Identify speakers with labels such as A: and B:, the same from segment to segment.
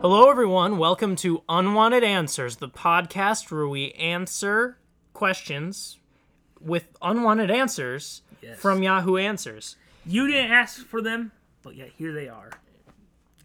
A: Hello, everyone. Welcome to Unwanted Answers, the podcast where we answer questions with unwanted answers
B: Yes.
A: from Yahoo Answers.
B: You didn't ask for them, but yet here they are.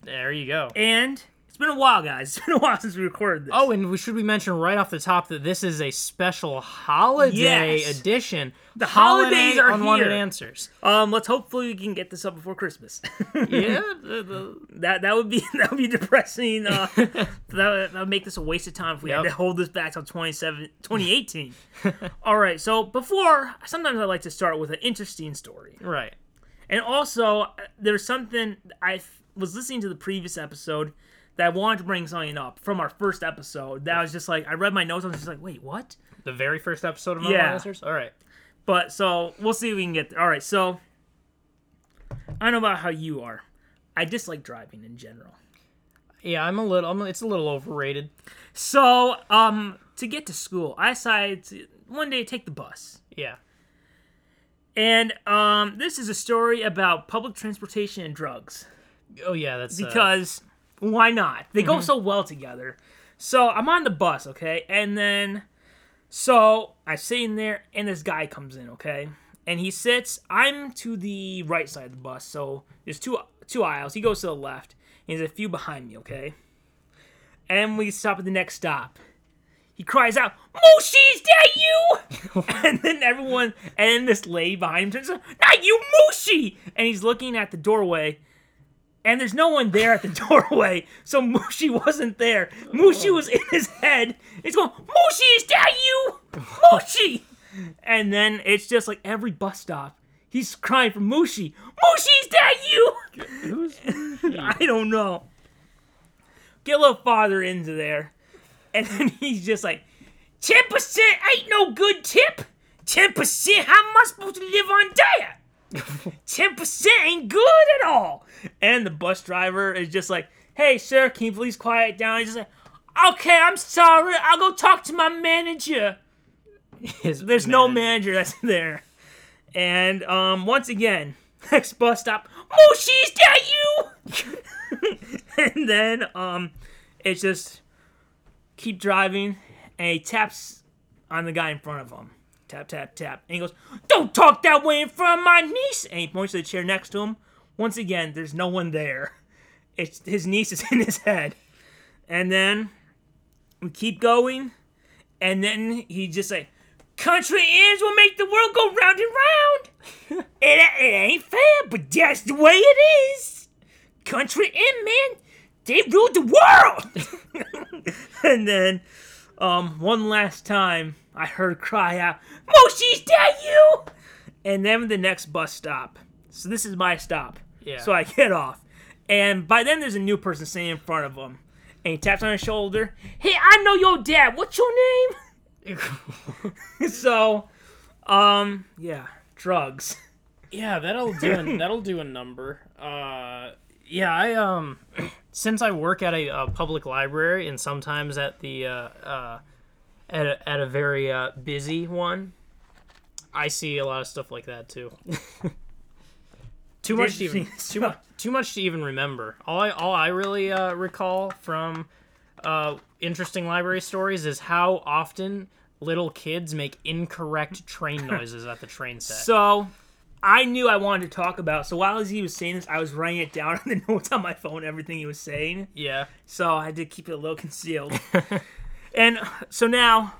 A: There you go.
B: And it's been a while, guys. It's been a while since we recorded this.
A: Oh, and we should we mention right off the top that this is a special holiday
B: Yes.
A: edition. The
B: holidays are
A: unwanted
B: here.
A: answers.
B: um, let's hopefully we can get this up before Christmas.
A: yeah, the- the-
B: that that would be that would be depressing. Uh, that, would, that would make this a waste of time if we
A: Yep.
B: had to hold this back till 27, 2018. All right. So before, sometimes I like to start with an interesting story.
A: right.
B: And also, uh, there's something I f- was listening to the previous episode that I wanted to bring something up from our first episode. That I was just like, I read my notes. I was just like, wait, what?
A: The very first episode of
B: Yeah.
A: Unwanted Answers. All right.
B: But so we'll see if we can get there. All right. So I don't know about how you are. I dislike driving in general.
A: Yeah, I'm a little. I'm, it's a little overrated.
B: So um, to get to school, I decided to one day take the bus.
A: Yeah.
B: And um, this is a story about public transportation and drugs.
A: Oh yeah, that's uh,
B: because why not? They go so well together. So I'm on the bus, okay, and then so I sit in there, and this guy comes in, okay, and he sits. I'm to the right side of the bus, so there's two two aisles. He goes to the left, and there's a few behind me, okay. And we stop at the next stop. He cries out, "Moshi, is that you?" and then everyone, and then this lady behind him turns, around, "Not you, Moshi!" And he's looking at the doorway, and there's no one there at the doorway, so Mushi wasn't there. Mushi was in his head. It's going, Mushi, is that you? Mushi! And then it's just like every bus stop, he's crying for Mushi. Mushi, is that you?
A: who's
B: I don't know. Get a little farther into there, and then he's just like, 10% ain't no good tip. 10%, how am I supposed to live on diet? ten percent ain't good at all. And the bus driver is just like, "Hey, sir, can you please quiet down?" He's just like, "Okay, I'm sorry. I'll go talk to my manager."
A: his
B: There's no manager that's there. And um, once again, next bus stop, Moshi, is that you? and then um, it's just keep driving, and he taps on the guy in front of him. Tap, tap, tap. And he goes, Don't talk that way in front of my niece! And he points to the chair next to him. Once again, there's no one there. It's his niece is in his head. And then we keep going, and then he just like, country ends will make the world go round and round. it, it ain't fair, but that's the way it is. Country end, man. They ruled the world. and then, um, one last time, I heard cry out, Moshi's that you? And then the next bus stop. So this is my stop.
A: Yeah.
B: So I get off. And by then there's a new person sitting in front of him. And he taps on his shoulder. Hey, I know your dad. What's your name? so um yeah drugs
A: Yeah, that'll do. A, that'll do a number. Uh, yeah, I um, since I work at a, uh public library and sometimes at the uh, uh, at a, at a very uh, busy one, I see a lot of stuff like that too. too much to even too much too much to even remember. All I all I really uh, recall from uh, interesting library stories is how often little kids make incorrect train noises at the train set.
B: so i knew i wanted to talk about so while he was saying this i was writing it down on the notes on my phone everything he was saying
A: yeah.
B: so i had to keep it a little concealed and so now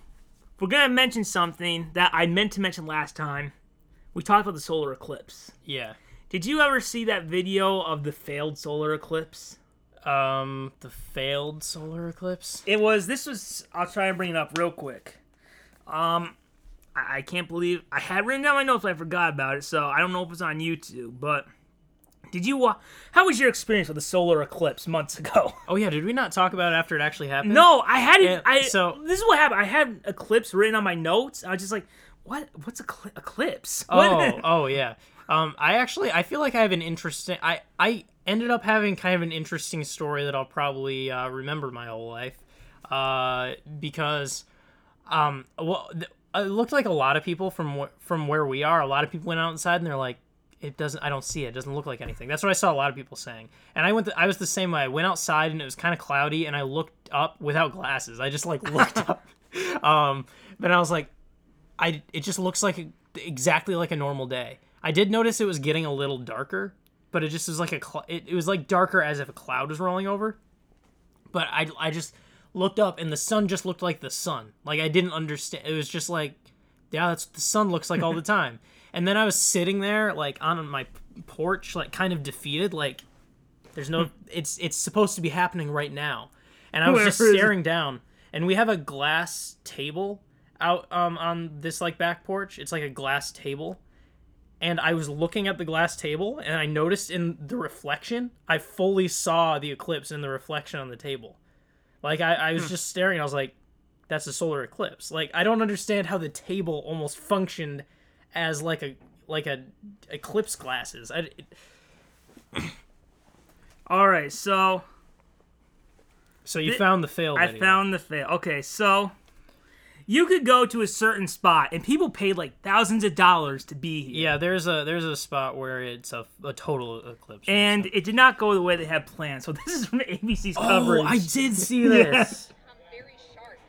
B: we're gonna mention something that i meant to mention last time we talked about the solar eclipse
A: Yeah.
B: did you ever see that video of the failed solar eclipse
A: Um, the failed solar eclipse.
B: It was. This was. I'll try and bring it up real quick. Um, I, I can't believe I had written down my notes, but I forgot about it. So I don't know if it's on YouTube. But did you? wa how was your experience with the solar eclipse months ago?
A: Oh yeah, did we not talk about it after it actually happened?
B: no, I had it. I
A: so-
B: so this is what happened. I had eclipse written on my notes. I was just like, what? What's ecl- eclipse?
A: Oh,
B: What?
A: oh yeah. Um, I actually I feel like I have an interesting. I I ended up having kind of an interesting story that I'll probably uh, remember my whole life, uh, because um, well, th- it looked like a lot of people from wh- from where we are. A lot of people went outside and they're like, "It doesn't. I don't see it. It doesn't look like anything." That's what I saw a lot of people saying. And I went. th I was the same way. I went outside and it was kind of cloudy, and I looked up without glasses. I just like looked up. Um, but I was like, I it just looks like a- exactly like a normal day. I did notice it was getting a little darker, but it just was like a cl- it, it was like darker as if a cloud was rolling over. But I I just looked up and the sun just looked like the sun. Like I didn't understand. It was just like yeah, that's what the sun looks like all the time. And then I was sitting there like on my porch like kind of defeated like there's no it's it's supposed to be happening right now. And I was
B: Where
A: just
B: is it?
A: staring down and we have a glass table out um on this like back porch. It's like a glass table. And I was looking at the glass table and I noticed in the reflection, I fully saw the eclipse in the reflection on the table. Like I, I was
B: Hmm.
A: just staring. I was like, "That's a solar eclipse." Like I don't understand how the table almost functioned as like a like a eclipse glasses. I,
B: All right, so
A: so you found the fail.
B: I
A: video.
B: found the fail. Okay, so you could go to a certain spot, and people paid like thousands of dollars to be here,
A: Yeah, there's a there's a spot where it's a, a total eclipse.
B: and it did not go the way they had planned. So this is from ABC's coverage.
A: oh, I did see
B: Yeah.
A: this.
C: become very sharp.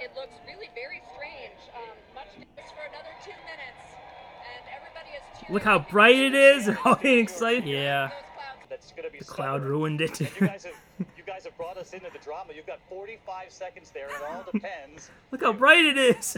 C: It looks really very strange. Um, much this for another two minutes, and everybody is cheering.
B: Look how bright it is, and how excited.
A: Yeah,
C: Those clouds
D: That's going to be the
B: Cloud ruined it.
D: You guys have you guys have brought us into the drama. You've got 45 seconds there. It all depends.
B: Look how bright it is.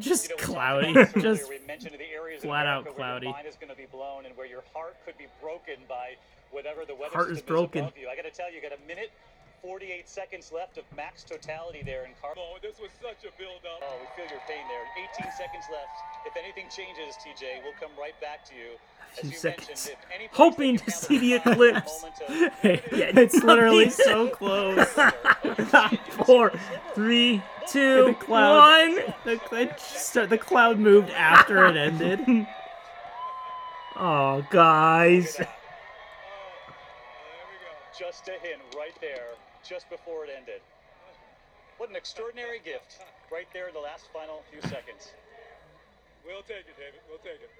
A: just
D: You know, we talked
A: cloudy,
D: about this
A: just
D: earlier. we mentioned the areas in
A: flat out
D: America where
A: cloudy.
D: Your mind is going to be blown, and where your heart could be broken by whatever the weather
B: Heart is
D: system
B: broken.
D: above you. I got to tell you, you got a minute. 48 seconds left of max totality there in car. Oh, this was such a build-up. Oh, we feel your pain there. 18 seconds left. If anything changes, TJ, we'll come right back to you. As
B: few
D: you
B: seconds.
D: mentioned, if any place
B: Hoping
D: that you
B: to
D: found
B: see the
D: a moment
B: eclipse.
D: of-
B: Yeah,
A: it's literally
B: nothing.
A: so close.
B: Four, three, two,
A: The cloud.
B: one.
A: The, it just- the cloud moved after it ended.
B: Oh, guys.
D: Look at that. Just a hint right there, just before it ended. What an extraordinary gift, right there in the last final few seconds.
E: We'll take it, David. We'll take it.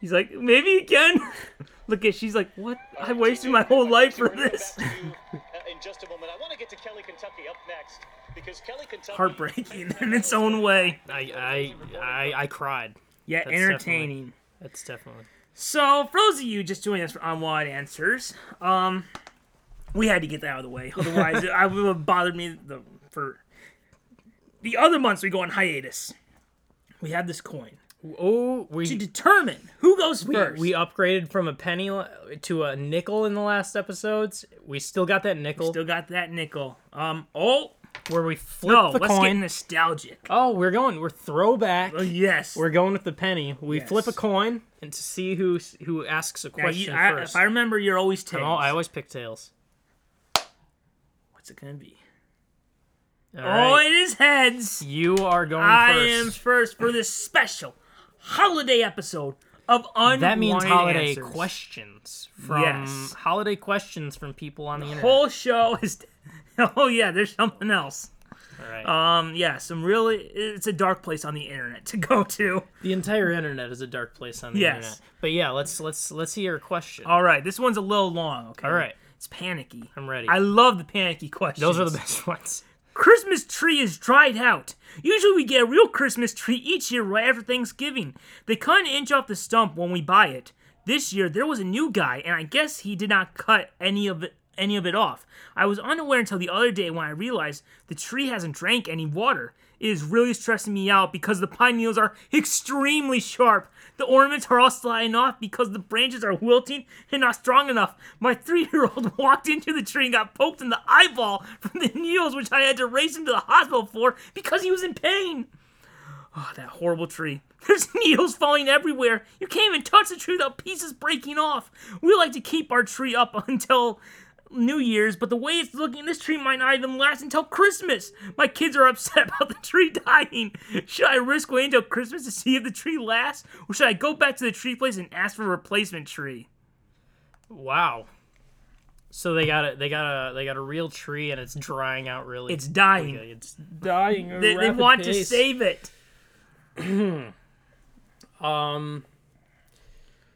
B: He's like, maybe again. Look at, she's like, what? I
D: Alright,
B: wasted
D: TJ,
B: my whole
D: I'd
B: life
D: like to
B: for
D: turn it
B: this.
D: back to you, uh, In just a moment, I want to get to Kelly, Kentucky up next because Kelly, Kentucky.
B: Heartbreaking in its own way.
A: I I I, I cried.
B: Yeah,
A: That's
B: entertaining.
A: That's definitely.
B: So, for those of you just joining us for Unwanted Answers, um, we had to get that out of the way. Otherwise, it, I would have bothered me the, for the other months we go on hiatus. We had this coin
A: Oh,
B: to
A: we
B: determine who goes
A: we,
B: first.
A: we upgraded from a penny li- to a nickel in the last episodes. We still got that nickel
B: Still got that nickel. Um, oh
A: where we flip
B: no,
A: the
B: let's get
A: coin.
B: nostalgic.
A: oh, we're going. We're throwback.
B: Oh yes.
A: We're going with the penny. We
B: Yes.
A: flip a coin and to see who s- who asks a
B: Now, you-
A: question
B: I,
A: first.
B: if I remember, you're always tails.
A: oh, I always pick tails.
B: What's it gonna be?
A: All
B: Oh,
A: right.
B: it is heads.
A: you are going
B: I am
A: first.
B: first for this special holiday episode of Unwanted
A: that means holiday
B: Answers.
A: questions from
B: Yes.
A: holiday questions from people on the internet.
B: Whole show is. Oh yeah, there's something else.
A: All right.
B: Um, yeah, some really. It's a dark place on the internet to go to.
A: The entire internet is a dark place on the
B: Yes. Oh,
A: internet. But yeah, let's let's let's hear your question.
B: All right, this one's a little long. Okay.
A: All right.
B: It's panicky.
A: I'm ready.
B: I love the panicky questions.
A: Those are the best ones.
B: Christmas tree is dried out. Usually we get a real Christmas tree each year right after Thanksgiving. They cut an inch off the stump when we buy it. This year there was a new guy, and I guess he did not cut any of it any of it off. I was unaware until the other day when I realized the tree hasn't drank any water. It is really stressing me out because the pine needles are extremely sharp. The ornaments are all sliding off because the branches are wilting and not strong enough. My three year old walked into the tree and got poked in the eyeball from the needles, which I had to race him to the hospital for because he was in pain. Oh, that horrible tree. There's needles falling everywhere. You can't even touch the tree without pieces breaking off. We like to keep our tree up until New Year's, but the way it's looking, this tree might not even last until Christmas. My kids are upset about the tree dying. Should I risk waiting till Christmas to see if the tree lasts, or should I go back to the tree place and ask for a replacement tree?
A: Wow. So they got a they got a they got a real tree and it's drying out really.
B: It's dying.
A: quickly. it's dying.
B: They, they want to save it.
A: Um.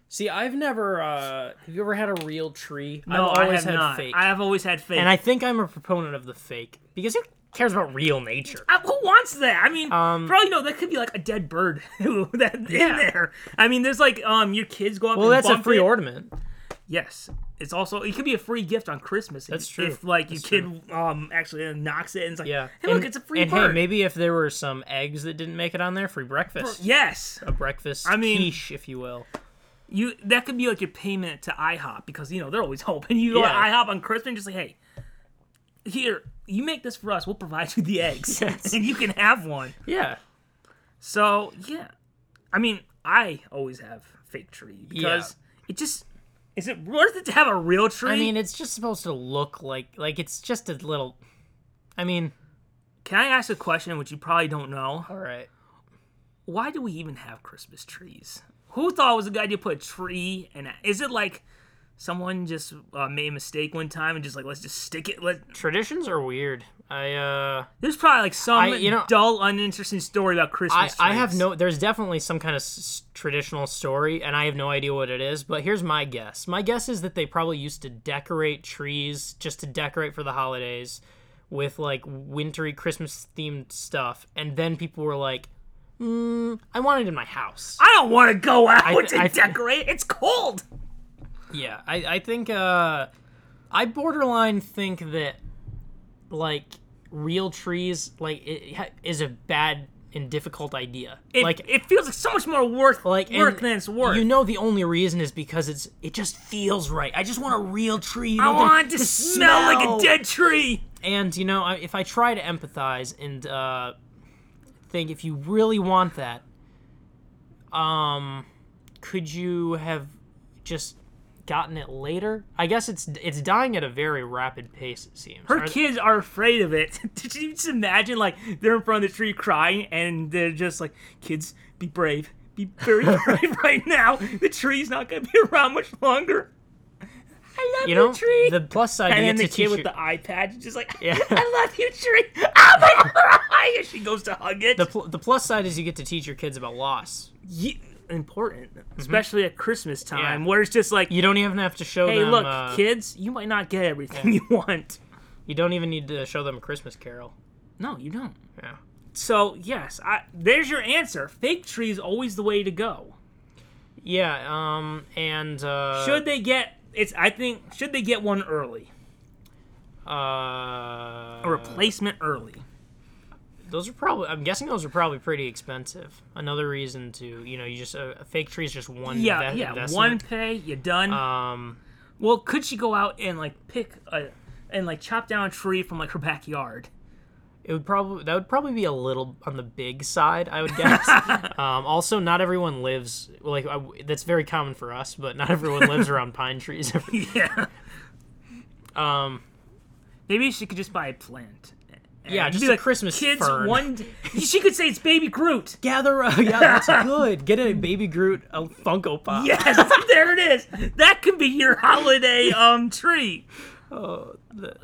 A: See, I've never. Uh, have you ever had a real tree?
B: No,
A: I've
B: I
A: always
B: have
A: had
B: not.
A: fake,
B: I have always had fake.
A: and I think I'm a proponent of the fake because who cares about real nature?
B: Uh, who wants that? I mean,
A: Um,
B: probably no. That could be like a dead bird that in
A: Yeah.
B: there. I mean, there's like um, your kids go up.
A: Well,
B: and
A: that's a
B: bump
A: free
B: it.
A: ornament.
B: Yes, it's also it could be a free gift on Christmas. if-
A: That's true.
B: If like your
A: That's
B: kid um actually knocks it and it's like,
A: Yeah.
B: hey, look,
A: And-
B: it's a free
A: And
B: bird.
A: hey, maybe if there were some eggs that didn't make it on there, free breakfast.
B: yes,
A: A breakfast
B: I mean-
A: quiche, if you will.
B: you that could be like your payment to IHOP because you know they're always open. You go
A: Yeah.
B: to IHOP on Christmas, and just like, hey, here you make this for us. We'll provide you the eggs,
A: Yes.
B: and you can have one.
A: Yeah.
B: So yeah, I mean, I always have fake tree because it just is it worth it to have a real tree?
A: I mean, it's just supposed to look like like it's just a little. I mean,
B: can I ask a question which you probably don't know?
A: all right.
B: Why do we even have Christmas trees? Who thought it was a good idea to put a tree? And is it like someone just uh, made a mistake one time and just like let's just stick it? Let
A: Traditions are weird. I uh,
B: there's probably like some
A: I- you know-
B: dull, uninteresting story about
A: I
B: Christmas.
A: I have
B: trees.
A: no. There's definitely some kind of s- traditional story, and I have no idea what it is. But here's my guess. My guess is that they probably used to decorate trees just to decorate for the holidays, with like wintry Christmas themed stuff, and then people were like, mm, "I want it in my house."
B: I don't want to go out to
A: I-
B: decorate. It's cold.
A: Yeah, I, I think uh, I borderline think that like real trees like it ha- is a bad and difficult idea.
B: It,
A: like
B: it feels like so much more
A: like
B: worth like
A: and
B: work than it's worth.
A: You know the only reason is because it's it just feels right. I just want a real tree.
B: I
A: that
B: want
A: can-
B: to smell, like a dead tree.
A: And you know I, if I try to empathize and uh, think if you really want that, um, could you have just gotten it later? I guess it's it's dying at a very rapid pace. It seems.
B: Her
A: Are-
B: kids are afraid of it. Did you just imagine like they're in front of the tree crying and they're just like, kids, be brave. Be very brave right now. The tree's not gonna be around much longer. I love
A: you
B: you,
A: know
B: tree.
A: the plus side.
B: and
A: you
B: then the
A: get to
B: kid
A: teach
B: with
A: your-
B: the iPad is just like,
A: Yeah.
B: I love you, tree. I'm gonna cry. And she goes to hug it.
A: the, pl- the plus side is you get to teach your kids about loss.
B: Ye- important, especially at Christmas time,
A: Yeah.
B: where it's just like,
A: You don't even have to show
B: hey,
A: them.
B: look,
A: uh,
B: kids, you might not get everything you want.
A: You don't even need to show them a Christmas Carol.
B: No, you don't.
A: Yeah.
B: So yes, I, there's your answer. Fake tree is always the way to go.
A: Yeah. Um. And uh,
B: Should they get? It's I think should they get one early,
A: uh,
B: a replacement early.
A: Those are probably. I'm guessing those are probably pretty expensive. Another reason to you know you just a, a fake tree is just one.
B: Yeah,
A: inve-
B: yeah, one
A: Uh, investment.
B: pay, you're done.
A: Um.
B: well, could she go out and like pick a and like chop down a tree from like her backyard?
A: It would probably that would probably be a little on the big side, I would guess. um, also, not everyone lives like I, that's very common for us, but not everyone lives around pine trees.
B: Yeah,
A: um,
B: maybe she could just buy a plant.
A: yeah,
B: And
A: just
B: be
A: a
B: like,
A: Christmas
B: kids.
A: fern.
B: One, d- she could say it's Baby Groot.
A: gather. A, yeah, that's good. Get a baby Groot, a Funko Pop.
B: Yes, there it is. That could be your holiday um tree. Oh,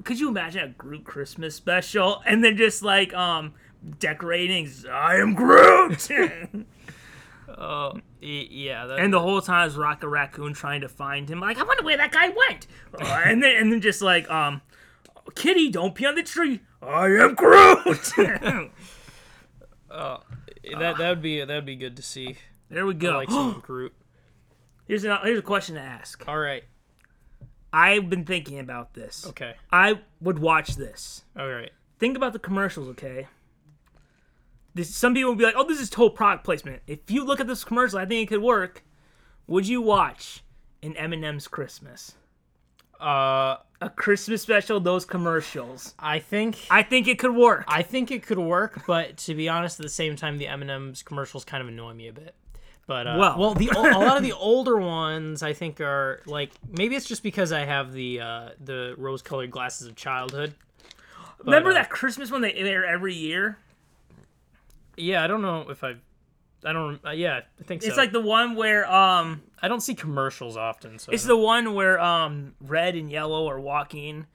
B: could you imagine a Groot Christmas special and then just like um decorating I am Groot, and
A: Y- yeah. That,
B: the whole time is Rocket Raccoon trying to find him. Like I wonder where that guy went, Uh, and then and then just like um, Kitty, don't pee on the tree. I am Groot.
A: that that would be that would be good to see.
B: there we
A: I
B: go.
A: like some Groot.
B: here's an, here's a question to ask.
A: All right.
B: I've been thinking about this.
A: Okay.
B: I would watch this.
A: All right.
B: think about the commercials, okay? This, some people will be like, "Oh, this is total product placement." If you look at this commercial, I think it could work. Would you watch an Eminem's Christmas,
A: Uh,
B: a Christmas special? Those commercials,
A: I think
B: I think it could work.
A: I think it could work, but to be honest, at the same time, the M&M's commercials kind of annoy me a bit. But uh,
B: Well.
A: well, the o- a lot of the older ones I think are like maybe it's just because I have the uh, the rose-colored glasses of childhood.
B: Remember
A: uh,
B: that Christmas one they air every year?
A: Yeah, I don't know if I I don't. Uh, yeah, I think so.
B: It's like the one where um
A: I don't see commercials often. So
B: It's the one where um red and yellow are walking,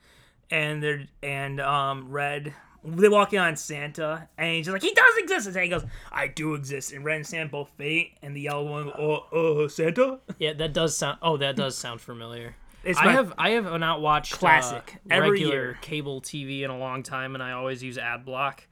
B: and they're and um red they're walking on Santa, and he's just like he does exist, and Santa goes, "I do exist." And red and Santa both faint, and the yellow one, "Oh, uh, Santa."
A: yeah, that does sound. Oh, that does sound familiar.
B: It's
A: I
B: my-
A: have I have not watched uh,
B: Classic. Every
A: regular
B: year.
A: cable TV in a long time, and I always use ad block.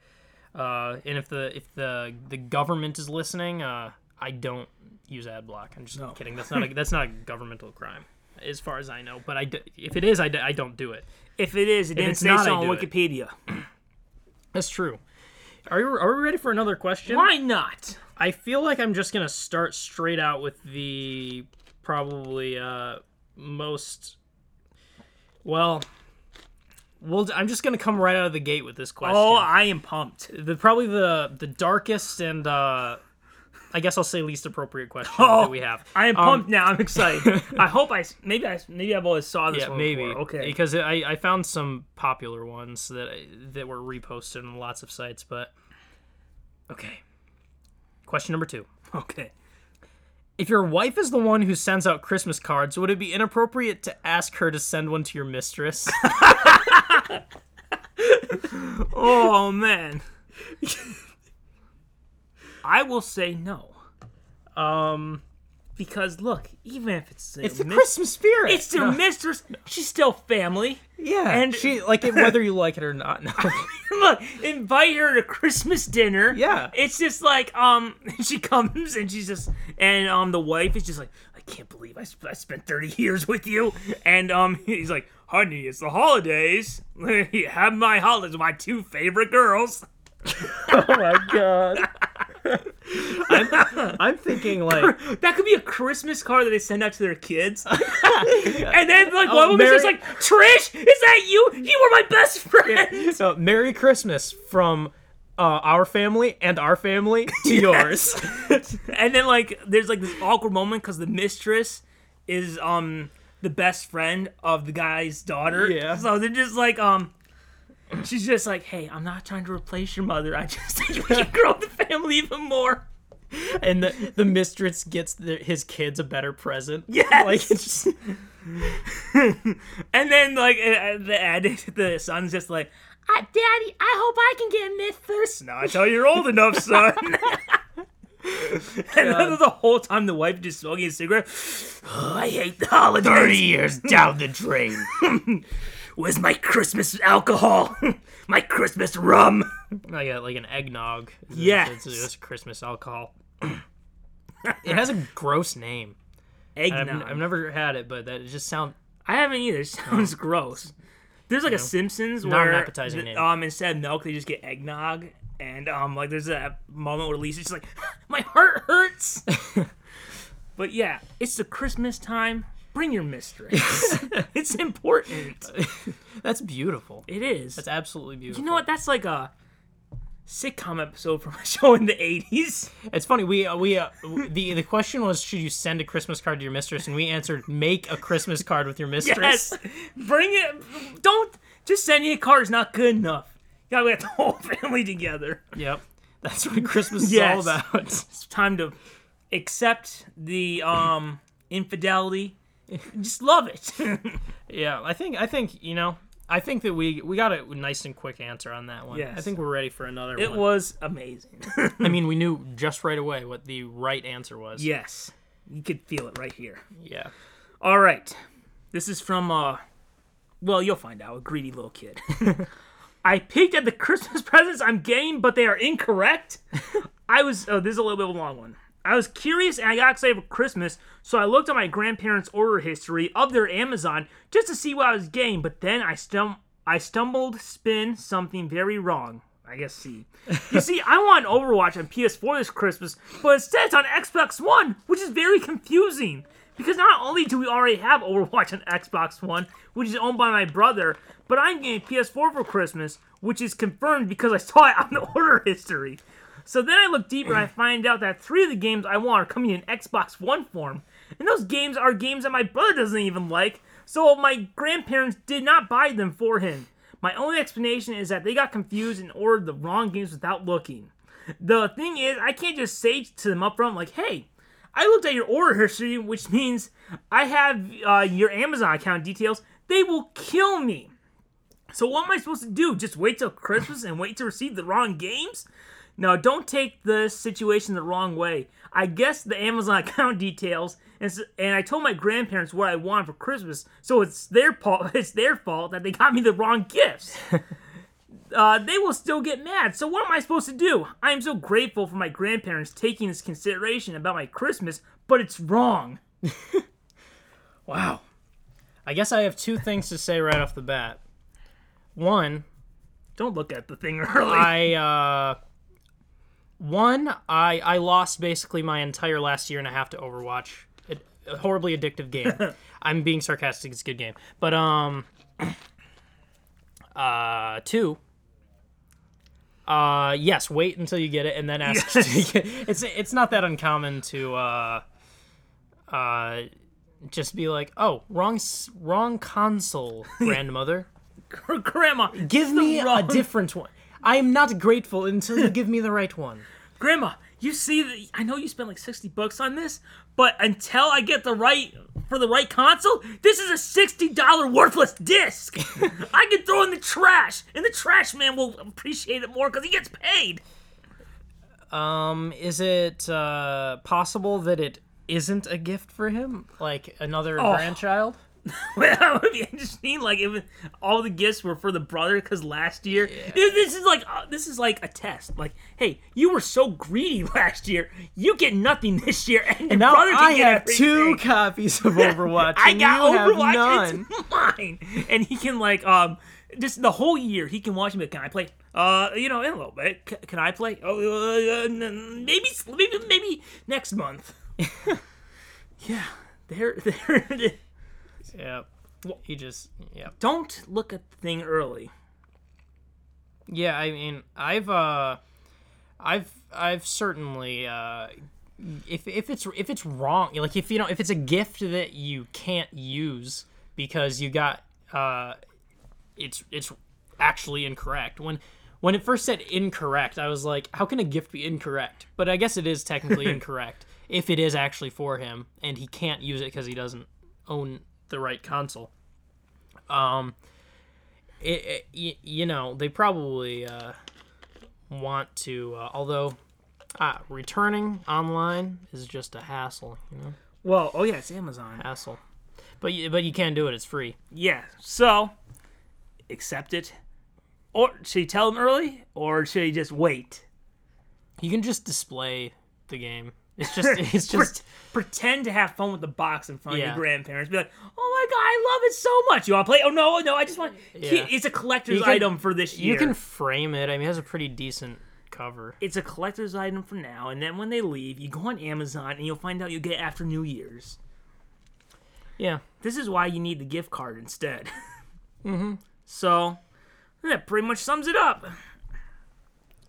A: Uh, and if the if the the government is listening, uh, I don't use ad block. I'm just kidding. That's not a, that's not a governmental crime, as far as I know. But I d- if it is, I, d- I don't do it.
B: If it is, it didn't
A: it's
B: say
A: not,
B: so
A: I
B: on
A: do it.
B: Wikipedia.
A: That's true. Are you are we ready for another question?
B: Why not?
A: I feel like I'm just gonna start straight out with the probably uh, most. Well, well, I'm just gonna come right out of the gate with this question.
B: Oh, I am pumped.
A: the probably the the darkest and uh, I guess I'll say least appropriate question
B: Oh,
A: that we have.
B: I am
A: Um,
B: pumped now. I'm excited. I hope I s- maybe I s- maybe I've always saw this
A: Yeah,
B: one
A: maybe.
B: before. Okay.
A: Because I, I found some popular ones that that were reposted on lots of sites, but okay. Question number two.
B: okay.
A: If your wife is the one who sends out Christmas cards, would it be inappropriate to ask her to send one to your mistress?
B: Oh man. I will say no.
A: Um,
B: Because look, even if it's their
A: it's the
B: mis-
A: Christmas spirit.
B: it's their mistress, she's still family.
A: yeah,
B: and-
A: and she like it, whether you like it or not. No.
B: look, invite her to Christmas dinner.
A: Yeah.
B: it's just like um, she comes and she's just and um, the wife is just like, I can't believe I, sp- I spent thirty years with you, and um, he's like, honey, it's the holidays. Have my holidays, my two favorite girls.
A: oh my god. I'm, I'm thinking like
B: That could be a Christmas card that they send out to their kids. and then like one
A: Oh,
B: woman's just
A: Mary-
B: like, Trish, is that you? You were my best friend.
A: so Merry Christmas from uh, our family and our family to yours.
B: and then like there's like this awkward moment because the mistress is um the best friend of the guy's daughter.
A: Yeah.
B: So they're just like um she's just like, Hey, I'm not trying to replace your mother. I just think we can grow the family even more.
A: and the, the mistress gets the, his kids a better present.
B: Yes.
A: Like it's just,
B: And then like uh, the ad, the son's just like, "Ah, "Daddy, I hope I can get Myth first." No, I tell you, you're old enough, son. and then the whole time the wife just smoking a cigarette. "Oh, I hate the holidays. Thirty years down the drain. Where's my Christmas alcohol? my Christmas rum?
A: like a, like an eggnog. It's-
B: Yes.
A: it's just Christmas alcohol. it has a gross name. I've,
B: Eggnog.
A: I've never had it, but that it just sound.
B: I haven't either. Sounds gross. There's like a Simpsons
A: Oh. Not an
B: where
A: appetizing
B: th-
A: name.
B: um instead of milk they just get eggnog and um like there's a moment where Lisa's just like my heart hurts. but yeah, it's the Christmas time. Bring your mistress. it's important.
A: That's beautiful.
B: It is.
A: It's absolutely beautiful.
B: you know what? That's like a sitcom episode from a show in the 80s.
A: It's funny. We uh, we uh, w- the the question was should you send a Christmas card to your mistress, and we answered make a Christmas card with your mistress.
B: Yes. Bring it. Don't just send me a card. It's not good enough. You gotta get the whole family together.
A: Yep. That's what Christmas is
B: Yes.
A: all about.
B: it's time to accept the um infidelity. Just love it.
A: yeah, I think I think you know. I think that we we got a nice and quick answer on that one.
B: Yes.
A: I think we're ready for another
B: it
A: one.
B: was amazing.
A: I mean, we knew just right away what the right answer was.
B: yes. You could feel it right here.
A: Yeah.
B: All right. This is from uh well, you'll find out, a greedy little kid. I peeked at the Christmas presents I'm getting, but they are incorrect. I was oh, this is a little bit of a long one. I was curious and I got excited for Christmas, so I looked at my grandparents' order history of their Amazon just to see what I was getting, but then I stum I stumbled spin something very wrong. I guess C. You see, I want Overwatch on PS4 this Christmas, but instead it's on Xbox One, which is very confusing. Because not only do we already have Overwatch on Xbox One, which is owned by my brother, but I'm getting PS4 for Christmas, which is confirmed because I saw it on the order history. So then I look deeper and I find out that three of the games I want are coming in Xbox One form. And those games are games that my brother doesn't even like, so my grandparents did not buy them for him. My only explanation is that they got confused and ordered the wrong games without looking. The thing is, I can't just say to them up front, like, hey, I looked at your order history, which means I have uh, your Amazon account details. They will kill me. So what am I supposed to do? Just wait till Christmas and wait to receive the wrong games? No, don't take the situation the wrong way. I guess the Amazon account details, and s and I told my grandparents what I wanted for Christmas, so it's their fault. It's their fault that they got me the wrong gifts. uh, they will still get mad. So what am I supposed to do? I am so grateful for my grandparents taking this consideration about my Christmas, but it's wrong.
A: Wow. I guess I have two things to say right off the bat. One,
B: Don't look at the thing early.
A: I uh one, I I lost basically my entire last year and a half to Overwatch. It, a horribly addictive game. I'm being sarcastic, it's a good game. But um uh two uh yes, wait until you get it and then ask
B: Yes.
A: it's it's not that uncommon to uh uh just be like, "Oh, wrong s- wrong console, grandmother."
B: Grandma,
A: Give me a
B: wrong-
A: different one. I am not grateful until you give me the right one.
B: Grandma, you see, the, I know you spent like 60 bucks on this, but until I get the right for the right console, this is a $60 worthless disc. I can throw in the trash, and the trash man will appreciate it more because he gets paid.
A: Um, is it uh, possible that it isn't a gift for him, like another grandchild?
B: Well, that would be interesting. Like if all the gifts were for the brother, because last year this, this is like uh, this is like a test. Like, hey, you were so greedy last year, you get nothing this year, and, your
A: Now
B: brother can
A: I
B: get
A: have
B: everything.
A: two copies of Overwatch.
B: I
A: and
B: got
A: you have
B: Overwatch.
A: None.
B: It's mine, and he can like um just the whole year he can watch me. Can I play? Uh, you know, in a little bit. C- can I play? Oh, uh, n- n- maybe, maybe, maybe next month. yeah, there, there. It is.
A: Yep. He just. Yep.
B: Don't look at the thing early.
A: Yeah, I mean, I've uh I've I've certainly uh if if it's if it's wrong, like if you know if it's a gift that you can't use because you got uh it's it's actually incorrect. When when it first said incorrect, I was like, how can a gift be incorrect? But I guess it is technically incorrect if it is actually for him and he can't use it cuz he doesn't own the right console. Um it, it y- you know they probably uh, want to uh, although uh, returning online is just a hassle you know
B: Well, oh yeah, it's Amazon.
A: hassle but you, but you can do it it's free
B: Yeah, so accept it, or should you tell him early, or should he just wait?
A: you can just display the game it's just it's just
B: pretend to have fun with the box in front of
A: Yeah.
B: your grandparents. Be like, oh my god, I love it so much. You want to play? Oh no, no, I just want.
A: Yeah.
B: It's a collector's
A: You can-
B: item for this year.
A: you can frame it i mean it has a pretty decent cover
B: It's a collector's item for now, and then when they leave, you go on Amazon and you'll find out you get it after New Year's.
A: yeah
B: This is why you need the gift card instead. mm-hmm. So that pretty much sums it up.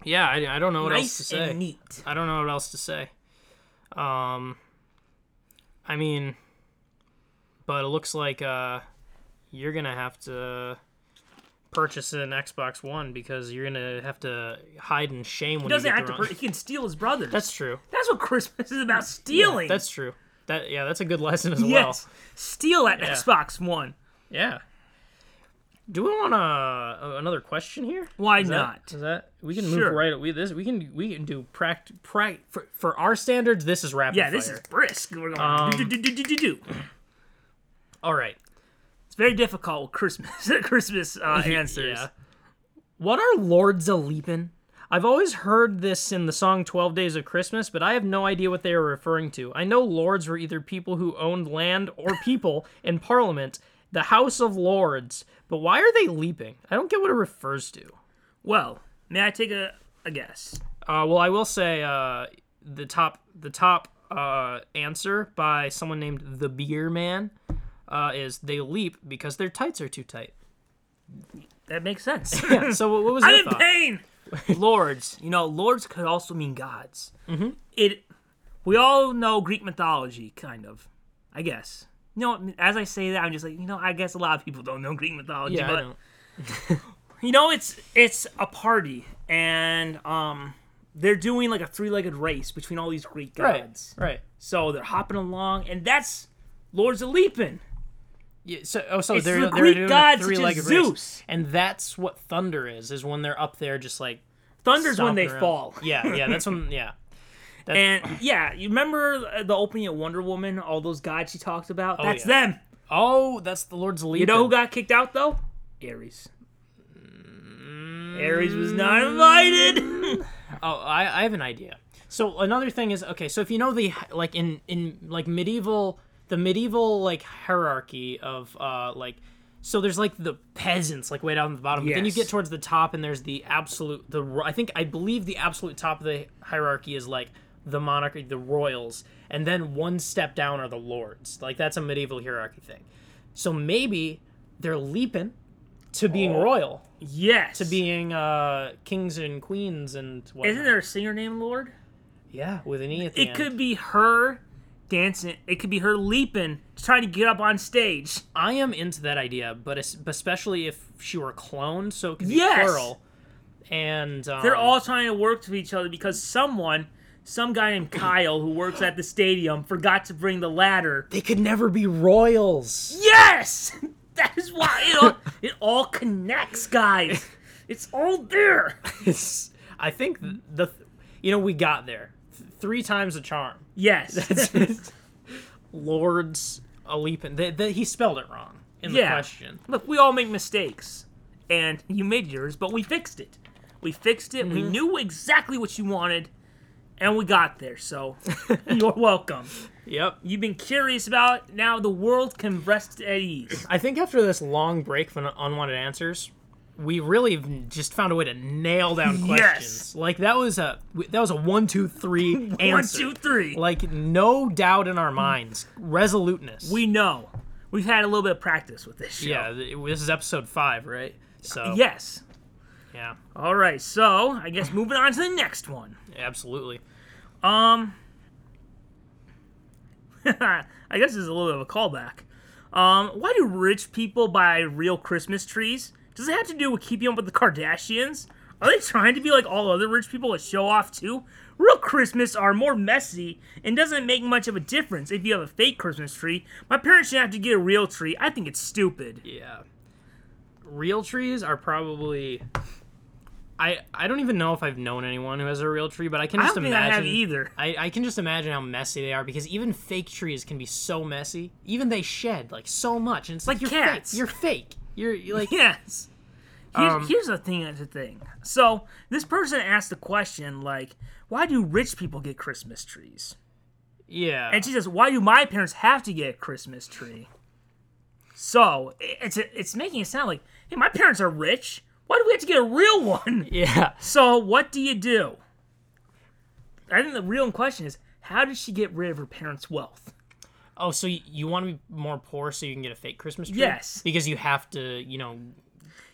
A: yeah i, I don't know what else to
B: nice
A: say
B: and neat.
A: I don't know what else to say. Um, I mean, but it looks like uh, you're gonna have to purchase an Xbox One because you're gonna have to hide in shame when
B: He doesn't
A: you get
B: have
A: the
B: to.
A: wrong-
B: per- He can steal his brother. That's
A: That's true.
B: that's what Christmas is about. Stealing.
A: That's true. That yeah, that's a good lesson as well.
B: yes. Steal that Xbox One.
A: Yeah. Do we want uh, another question here?
B: Why
A: Is that-
B: not?
A: Is that we can
B: Sure.
A: move right? We this we can we can do pract pract for, for our standards. This is rapid
B: Yeah, this
A: fire.
B: is brisk. We're going
A: Um,
B: do, do, do, do, do, do.
A: all right.
B: It's very difficult with Christmas Christmas uh, answers.
A: Yeah. What are lords a leapin'? I've always heard this in the song 12 Days of Christmas, but I have no idea what they are referring to. I know lords were either people who owned land or people in parliament, the House of Lords, but why are they leaping? I don't get what it refers to.
B: Well, may I take a, a guess?
A: Uh, well, I will say uh, the top the top uh, answer by someone named the Beer Man uh, is they leap because their tights are too tight.
B: That makes sense.
A: Yeah, so what what was
B: I'm
A: your
B: in
A: thought?
B: pain. lords, you know, lords could also mean gods. Mm-hmm. It. We all know Greek mythology, kind of. I guess. You know, as I say that, I'm just like, you know, I guess a lot of people don't know Greek mythology,
A: Yeah, I
B: but
A: don't.
B: you know, it's it's a party, and um, they're doing like a three-legged race between all these Greek gods.
A: Right. Right.
B: So they're hopping along, and that's Lords of Leaping.
A: Yeah, so oh, so
B: It's
A: they're
B: the
A: they're
B: Greek
A: doing
B: gods
A: a
B: such as
A: three-legged
B: Zeus.
A: race, and that's what thunder is. Is when they're up there just like
B: Thunder's when
A: stomping
B: they
A: around.
B: fall.
A: Yeah, yeah, that's when yeah.
B: And yeah, you remember uh, the opening of Wonder Woman? All those gods she talked about. that's
A: yeah.
B: them.
A: Oh, that's the Lord's leaping.
B: You know who got kicked out though? Ares. Ares was not invited.
A: Oh, I, I have an idea. So another thing is okay. So if you know the like in in like medieval the medieval like hierarchy of uh like so there's like the peasants like way down at the bottom. But then you
B: Yes.
A: get towards the top and there's the absolute the ro- I think I believe the absolute top of the hierarchy is like the monarchy the royals and then one step down are the lords. Like that's a medieval hierarchy thing. So maybe they're leaping to being
B: Oh.
A: royal
B: yes.
A: to being uh kings and queens and whatnot.
B: Isn't there a singer named Lord?
A: Yeah, with an E at the
B: It
A: end.
B: could be her dancing. It could be her leaping, trying to get up on stage.
A: I am into that idea, but es- especially if she were cloned, so it could be
B: Yes!
A: plural. And um,
B: They're all trying to work with each other because someone, some guy named Kyle who works at the stadium, forgot to bring the ladder.
A: They could never be royals.
B: Yes, that is why it all, it all connects, guys. It's all there.
A: It's- I think th- the, th- you know, we got there Th- three times the charm.
B: Yes.
A: Lords Alipin. Th- th- he spelled it wrong in the
B: Yeah.
A: question.
B: Look, we all make mistakes, and you made yours, but we fixed it. We fixed it.
A: Mm-hmm.
B: We knew exactly what you wanted, and we got there. So you're welcome.
A: Yep.
B: You've been curious about it. now. The world can rest at ease.
A: I think after this long break from unwanted answers, we really just found a way to nail down questions.
B: Yes.
A: Like that was a that was a one two three
B: One,
A: answer.
B: two, three.
A: Like no doubt in our minds, resoluteness.
B: we know. We've had a little bit of practice with this show.
A: yeah. th- This is episode five, right? So
B: Yes.
A: yeah,
B: All right. So I guess moving on to the next one.
A: absolutely.
B: Um, I guess this is a little bit of a callback. Um, why do rich people buy real Christmas trees? Does it have to do with keeping up with the Kardashians? Are they trying to be like all other rich people and show off too? Real Christmas are more messy and doesn't make much of a difference if you have a fake Christmas tree. My parents should have to get a real tree. I think it's stupid.
A: Yeah. Real trees are probably. I, I don't even know if I've known anyone who has a real tree, but I can
B: I
A: just
B: don't think I
A: imagine.
B: have either.
A: I, I can just imagine how messy they are because even fake trees can be so messy. Even they shed like so much, and it's like,
B: Like
A: you're
B: cats.
A: fake. You're fake. You're, you're like
B: Yes. Here's,
A: Um,
B: here's the thing. That's the thing. So this person asked the question like, why do rich people get Christmas trees?
A: yeah.
B: And she says, why do my parents have to get a Christmas tree? So i- it's it's making it sound like, hey, my parents are rich. Why do we have to get a real one?
A: yeah.
B: So what do you do? I think the real question is, how did she get rid of her parents' wealth?
A: Oh, so you, you want to be more poor so you can get a fake Christmas tree?
B: Yes.
A: Because you have to, you know,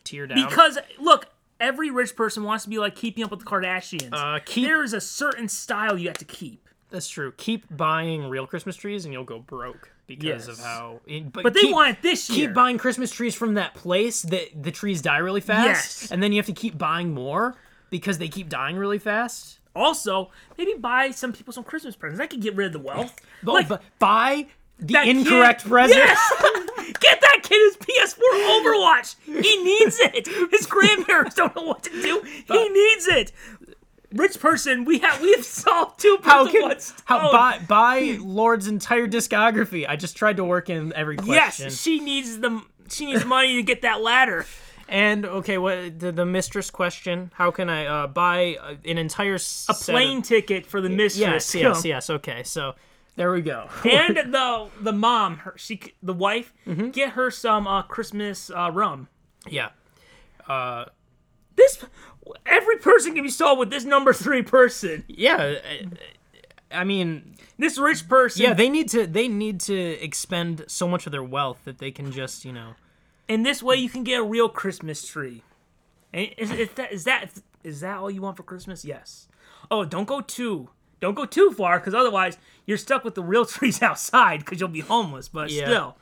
A: tear down.
B: Because look, every rich person wants to be like keeping up with the Kardashians.
A: Uh, keep-
B: There is a certain style you have to keep.
A: that's true. Keep buying real Christmas trees and you'll go broke because of
B: Yes.
A: how. it-
B: But they
A: keep-
B: want it this year.
A: keep buying Christmas trees from that place that the trees die really fast,
B: Yes.
A: and then you have to keep buying more because they keep dying really fast.
B: also, maybe buy some people some Christmas presents. That could get rid of the wealth.
A: But,
B: Like,
A: Oh, but buy the
B: that
A: incorrect
B: kid-
A: present.
B: Yes! Get that kid his PS4 Overwatch. He needs it. His grandparents don't know what to do. He needs it. Rich person, we have we have solved two Oh, birds
A: How
B: with
A: can
B: one stone.
A: how buy buy Lord's entire discography? I just tried to work in every question.
B: Yes, she needs the she needs money to get that ladder.
A: And okay, what the, the mistress question? How can I uh, buy uh, an entire
B: A plane ticket for the mistress.
A: Yes, yes, yes. Okay, so there we go.
B: And the the mom, her, she c- the wife,
A: Mm-hmm.
B: get her some uh, Christmas uh, rum.
A: yeah.
B: This every person can be solved with this number three person.
A: Yeah. I, I mean,
B: This rich person.
A: Yeah, they need to they need to expend so much of their wealth that they can just you know.
B: And this way you can get a real Christmas tree. And is, is that is that is that all you want for Christmas? Yes. Oh, don't go too don't go too far because otherwise you're stuck with the real trees outside because you'll be homeless. But
A: Yeah.
B: still,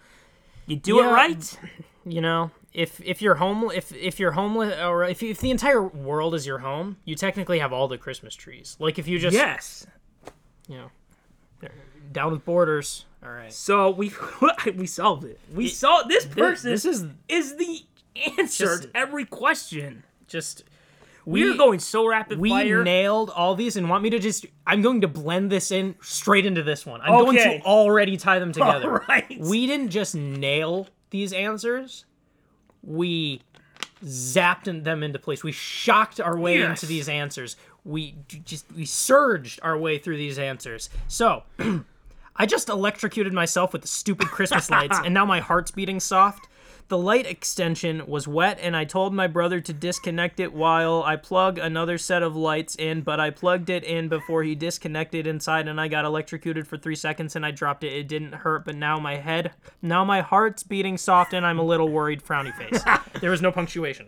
B: you do
A: Yeah.
B: it right.
A: You know, if if you're home if if you're homeless or if if the entire world is your home, you technically have all the Christmas trees. Like if you just
B: Yes.
A: you know, down with borders. All right.
B: So we we solved it. We solved this person.
A: This is
B: is the answer
A: Just-
B: to every question.
A: just
B: We, are going so rapid
A: we
B: fire.
A: nailed all these and want me to just I'm going to blend this in straight into this one. I'm going
B: Okay.
A: to already tie them together.
B: All right.
A: We didn't just nail these answers. We zapped in- them into place. We shocked our way
B: Yes.
A: into these answers. We d- just we surged our way through these answers. So, I just electrocuted myself with the stupid Christmas lights and now my heart's beating soft. The light extension was wet and I told my brother to disconnect it while I plug another set of lights in, but I plugged it in before he disconnected inside and I got electrocuted for 3 seconds and I dropped it. It didn't hurt, but now my head, now my heart's beating soft and I'm a little worried frowny face. there was no punctuation.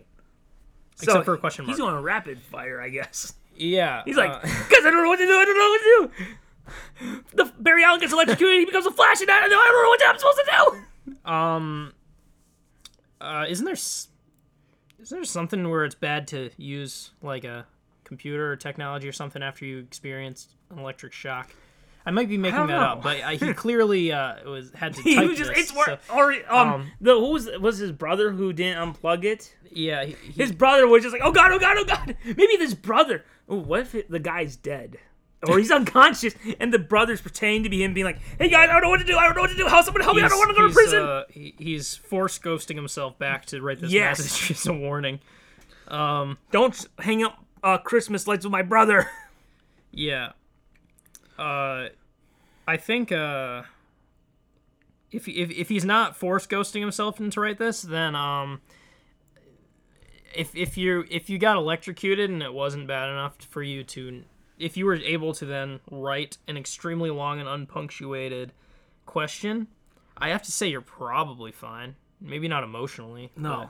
B: So
A: except for a question
B: He's
A: mark. Uh,
B: on rapid fire, I guess.
A: Yeah.
B: He's like, because I don't know what to do. I don't know what to do. The Barry Allen gets electrocuted. he becomes a Flash, and I don't know. I don't know what I'm supposed to do.
A: Uh, isn't there s- is there something where it's bad to use like a computer or technology or something after you experienced an electric shock? I might be making that
B: don't
A: up,
B: know.
A: but uh, he clearly uh, was had to
B: He
A: type
B: was just,
A: this,
B: it's wor-
A: so-
B: or um,
A: um,
B: the who was was his brother who didn't unplug it.
A: yeah, he, he-
B: His brother was just like, oh god, oh god, oh god. Maybe this brother. Ooh, what if it, the guy's dead? Or he's unconscious, and the brother's pretending to be him, being like, "Hey guys, I don't know what to do. I don't know what to do. How someone help me? I
A: he's-
B: don't want to go to
A: he's,
B: prison."
A: uh, he- he's force ghosting himself back to write this
B: Yes.
A: message. It's a warning.
B: Don't hang up uh, Christmas lights with my brother.
A: Yeah. Uh, I think uh, if if if he's not force ghosting himself into write this, then um, if if you if you got electrocuted and it wasn't bad enough for you to, if you were able to then write an extremely long and unpunctuated question, I have to say you're probably fine. Maybe not emotionally.
B: No.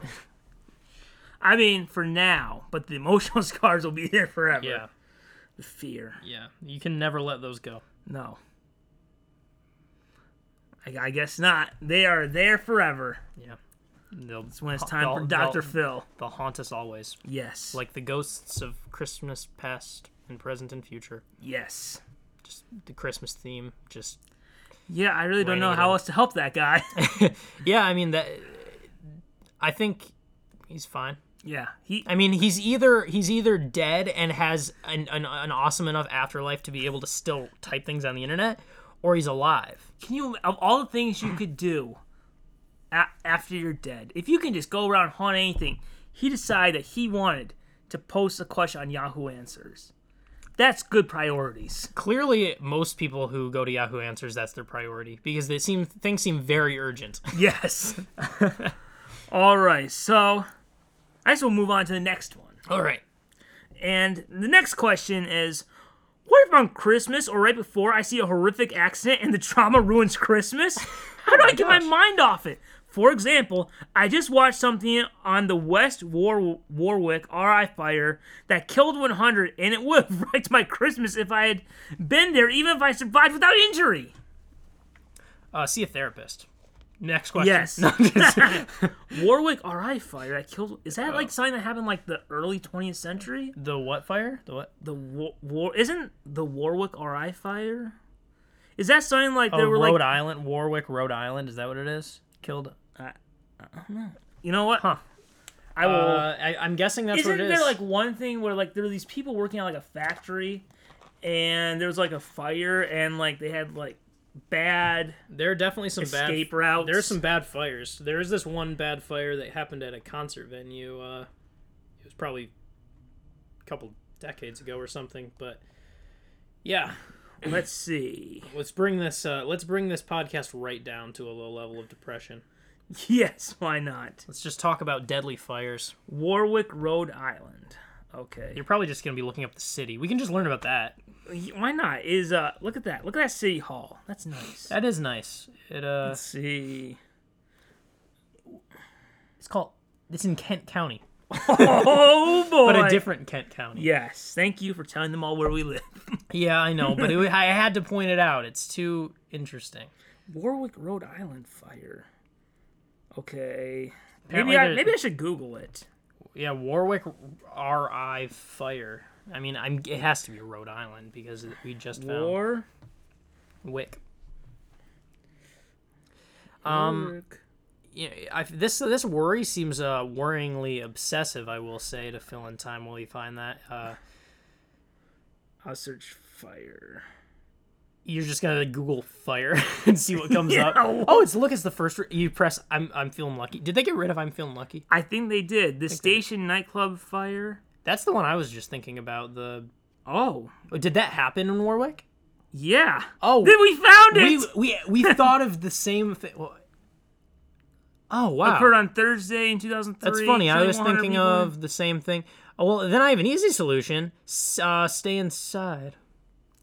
B: I mean, for now, but the emotional scars will be there forever.
A: but yeah.
B: The fear.
A: Yeah. You can never let those go.
B: No. I, I guess not. They are there forever.
A: Yeah. They'll,
B: It's when it's time for
A: they'll-
B: Dr.
A: they'll-
B: Phil.
A: They'll haunt us always.
B: Yes.
A: like the ghosts of Christmas past and present and future.
B: yes.
A: Just the Christmas theme. Just
B: Yeah, I really don't know
A: Raining
B: how
A: day.
B: else to help that guy.
A: yeah, I mean that. I think he's fine.
B: yeah. He
A: I mean, he's either he's either dead and has an, an, an awesome enough afterlife to be able to still type things on the internet, or he's alive.
B: can you of all the things you could do a- after you're dead, if you can just go around haunt anything, he decided that he wanted to post a question on Yahoo Answers. That's good priorities.
A: Clearly, most people who go to Yahoo Answers that's their priority because they seem things seem very urgent.
B: Yes. All right. So I guess we'll move on to the next one.
A: All right.
B: And the next question is What if on Christmas or right before I see a horrific accident and the trauma ruins Christmas? How do I get my mind off it? For example, I just watched something on the West War- Warwick RI fire that killed 100, and it would have wrecked my Christmas if I had been there, even if I survived without injury.
A: Uh, see a therapist. Next question.
B: Yes. Warwick RI fire that killed. Is that
A: Oh.
B: like something that happened like the early 20th century?
A: the what fire? The what?
B: The war, war isn't the Warwick RI fire? Is that something like
A: Oh,
B: there were
A: Rhode
B: like
A: Island, Warwick, Rhode Island. Is that what it is? Killed.
B: you know what?
A: Huh.
B: I will.
A: Uh, I, I'm guessing that's
B: isn't
A: what it
B: there
A: is.
B: like one thing where like there were these people working at like a factory, and there was like a fire and like they had like bad
A: there are definitely some
B: escape
A: bad.
B: routes.
A: There's some bad fires. There is this one bad fire that happened at a concert venue. Uh, it was probably a couple decades ago or something. But yeah,
B: Let's see.
A: let's bring this. Uh, let's bring this podcast right down to a low level of depression.
B: Yes, why not?
A: Let's just talk about deadly fires.
B: Warwick, Rhode Island. Okay.
A: You're probably just gonna be looking up the city. We can just learn about that.
B: Why not? Is uh look at that. Look at that city hall. That's nice.
A: That is nice. It uh,
B: Let's see.
A: it's called. It's in Kent County,
B: Oh boy.
A: but a different Kent County.
B: Yes. Thank you for telling them all where we live.
A: Yeah, I know, but it, I had to point it out. It's too interesting.
B: Warwick, Rhode Island fire. Okay.
A: Apparently
B: maybe I,
A: there-
B: maybe I should Google it.
A: Yeah, Warwick R.I. Fire. I mean, I'm. It has to be Rhode Island because it- we just found
B: War.
A: Wick. Um,
B: Work.
A: yeah, I, this this worry seems uh, worryingly obsessive. I will say to fill in time while you find that. Uh,
B: I'll search fire.
A: you're just gonna Google fire and see what comes up.
B: Yeah,
A: Oh, it's look. It's the first. Re- you press. I'm. I'm feeling lucky. Did they get rid of I'm feeling lucky?
B: I think they did. The station nightclub fire.
A: That's the one I was just thinking about. The
B: Oh,
A: oh, did that happen in Warwick?
B: yeah.
A: Oh,
B: Then we found it.
A: we we we thought of the same thing. Well, oh wow,
B: Occurred on Thursday in 2003.
A: that's funny. I
B: killing
A: was
B: 100
A: thinking
B: people.
A: of the same thing. Oh, well, then I have an easy solution: S- uh, stay inside.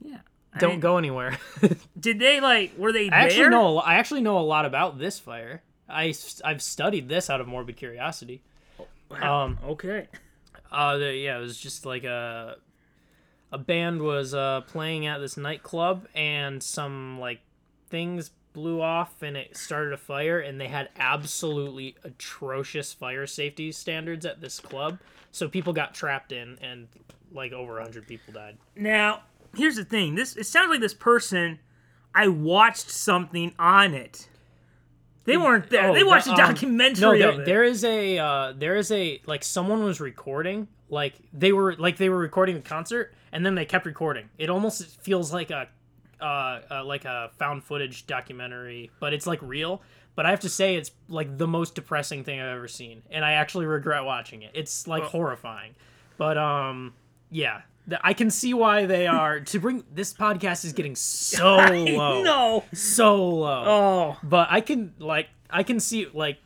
B: Yeah.
A: Don't
B: mean-
A: go anywhere.
B: Did they like? Were they
A: I actually
B: there?
A: know. a lo- I actually know a lot about this fire. I s- I've studied this out of morbid curiosity. Um.
B: Okay.
A: Uh. the- Yeah. It was just like a a band was uh playing at this nightclub, and some like things blew off, and it started a fire, and they had absolutely atrocious fire safety standards at this club, so people got trapped in, and like over hundred people died.
B: Now, here's the thing. This it sounds like this person. I watched something on it. They weren't there.
A: Oh,
B: they watched
A: no,
B: a
A: um,
B: documentary
A: No,
B: of
A: there,
B: it.
A: there is a uh, there is a like someone was recording like they were like they were recording the concert and then they kept recording. It almost feels like a uh, uh, like a found footage documentary, but it's like real. But I have to say it's like the most depressing thing I've ever seen, and I actually regret watching it. It's like horrifying. But um, yeah, th- I can see why they are to bring this podcast is getting so low,
B: No.
A: so low
B: Oh.
A: but I can like I can see like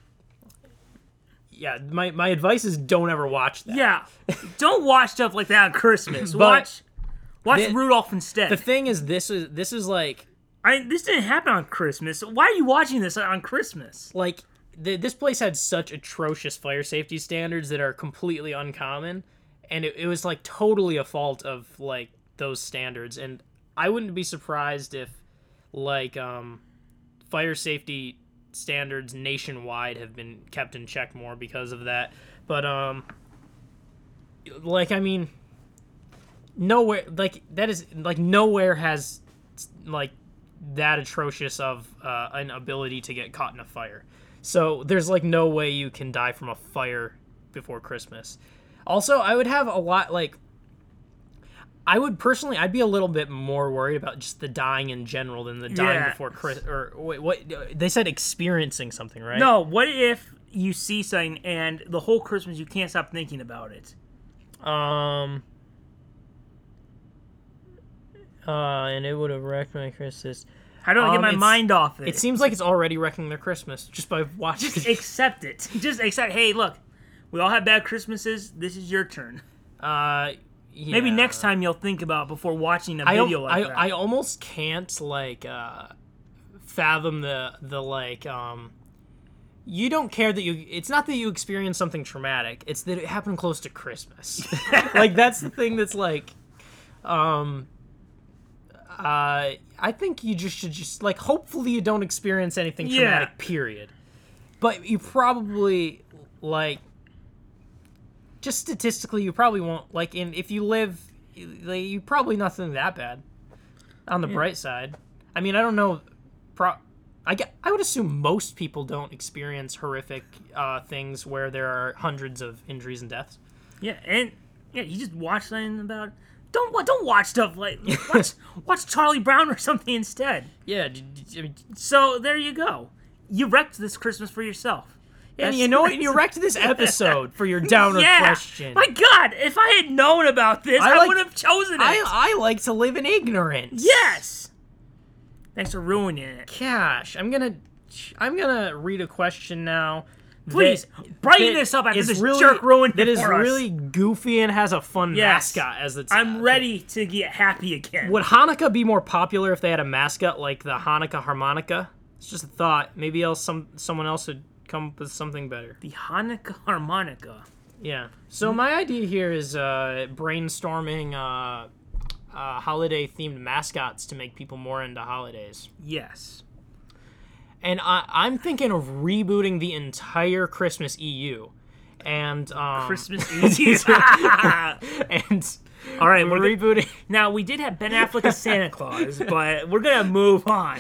A: yeah my my advice is don't ever watch that.
B: Yeah. Don't watch stuff like that on Christmas.
A: But
B: watch watch
A: the-
B: Rudolph instead.
A: The thing is this is this is like
B: I, this didn't happen on Christmas. So why are you watching this on Christmas?
A: like th this place had such atrocious fire safety standards that are completely uncommon and it, it was like totally a fault of like those standards and I wouldn't be surprised if like um fire safety standards nationwide have been kept in check more because of that. But um like I mean nowhere like that is like nowhere has like that atrocious of uh, an ability to get caught in a fire. So there's like no way you can die from a fire before Christmas. Also, I would have a lot like I would personally I'd be a little bit more worried about just the dying in general than the dying
B: Yeah.
A: before Chris or wait, what they said experiencing something, right?
B: No, what if you see something and the whole Christmas you can't stop thinking about it?
A: Um. Uh, and it would have wrecked my Christmas.
B: How do I
A: Um,
B: get my
A: it's-
B: mind off it?
A: It seems like it's already wrecking their Christmas just by watching.
B: just accept it. Just accept. Hey, look, we all have bad Christmases. This is your turn.
A: uh, yeah.
B: Maybe next time you'll think about before watching a
A: I, al-
B: video
A: I,
B: like that.
A: I almost can't like uh, fathom the the like um. You don't care that you. It's not that you experience something traumatic. It's that it happened close to Christmas. like that's the thing that's like, um. Uh, I think you just should just like. Hopefully, you don't experience anything
B: Yeah.
A: traumatic. Period. But you probably like just statistically, you probably won't like. And if you live, you, like, you probably nothing that bad. On the bright side, I mean, I don't know. Pro, I get. I would assume most people don't experience horrific uh, things where there are hundreds of injuries and deaths.
B: yeah, and yeah, you just watch something about. Don't wa- don't watch stuff like watch watch Charlie Brown or something instead.
A: Yeah, d- d- I mean,
B: So there you go. You wrecked this Christmas for yourself.
A: and
B: That's-
A: you know what? You wrecked this episode for your downer
B: yeah.
A: question.
B: My God, if I had known about this,
A: I
B: I,
A: like-
B: would have chosen it.
A: I I like to live in ignorance.
B: yes. Thanks for ruining it.
A: Gosh, I'm gonna I'm gonna read a question now.
B: Please,
A: that-
B: brighten
A: that
B: this up after
A: is
B: this jerk ruined
A: that
B: it
A: is
B: for us.
A: really goofy and has a fun
B: Yes.
A: mascot as the.
B: I'm ready to get happy again.
A: Would Hanukkah be more popular if they had a mascot like the Hanukkah harmonica? It's just a thought. Maybe else some someone else would come up with something better.
B: The Hanukkah harmonica.
A: Yeah. So my idea here is uh, brainstorming uh,
B: Um.
A: uh, holiday themed mascots to make people more into holidays.
B: Yes.
A: and I, I'm thinking of rebooting the entire Christmas EU, and um,
B: Christmas Eve.
A: and
B: All right,
A: we're
B: we're gonna-
A: rebooting.
B: now we did have Ben Affleck as Santa Claus, but we're gonna move on.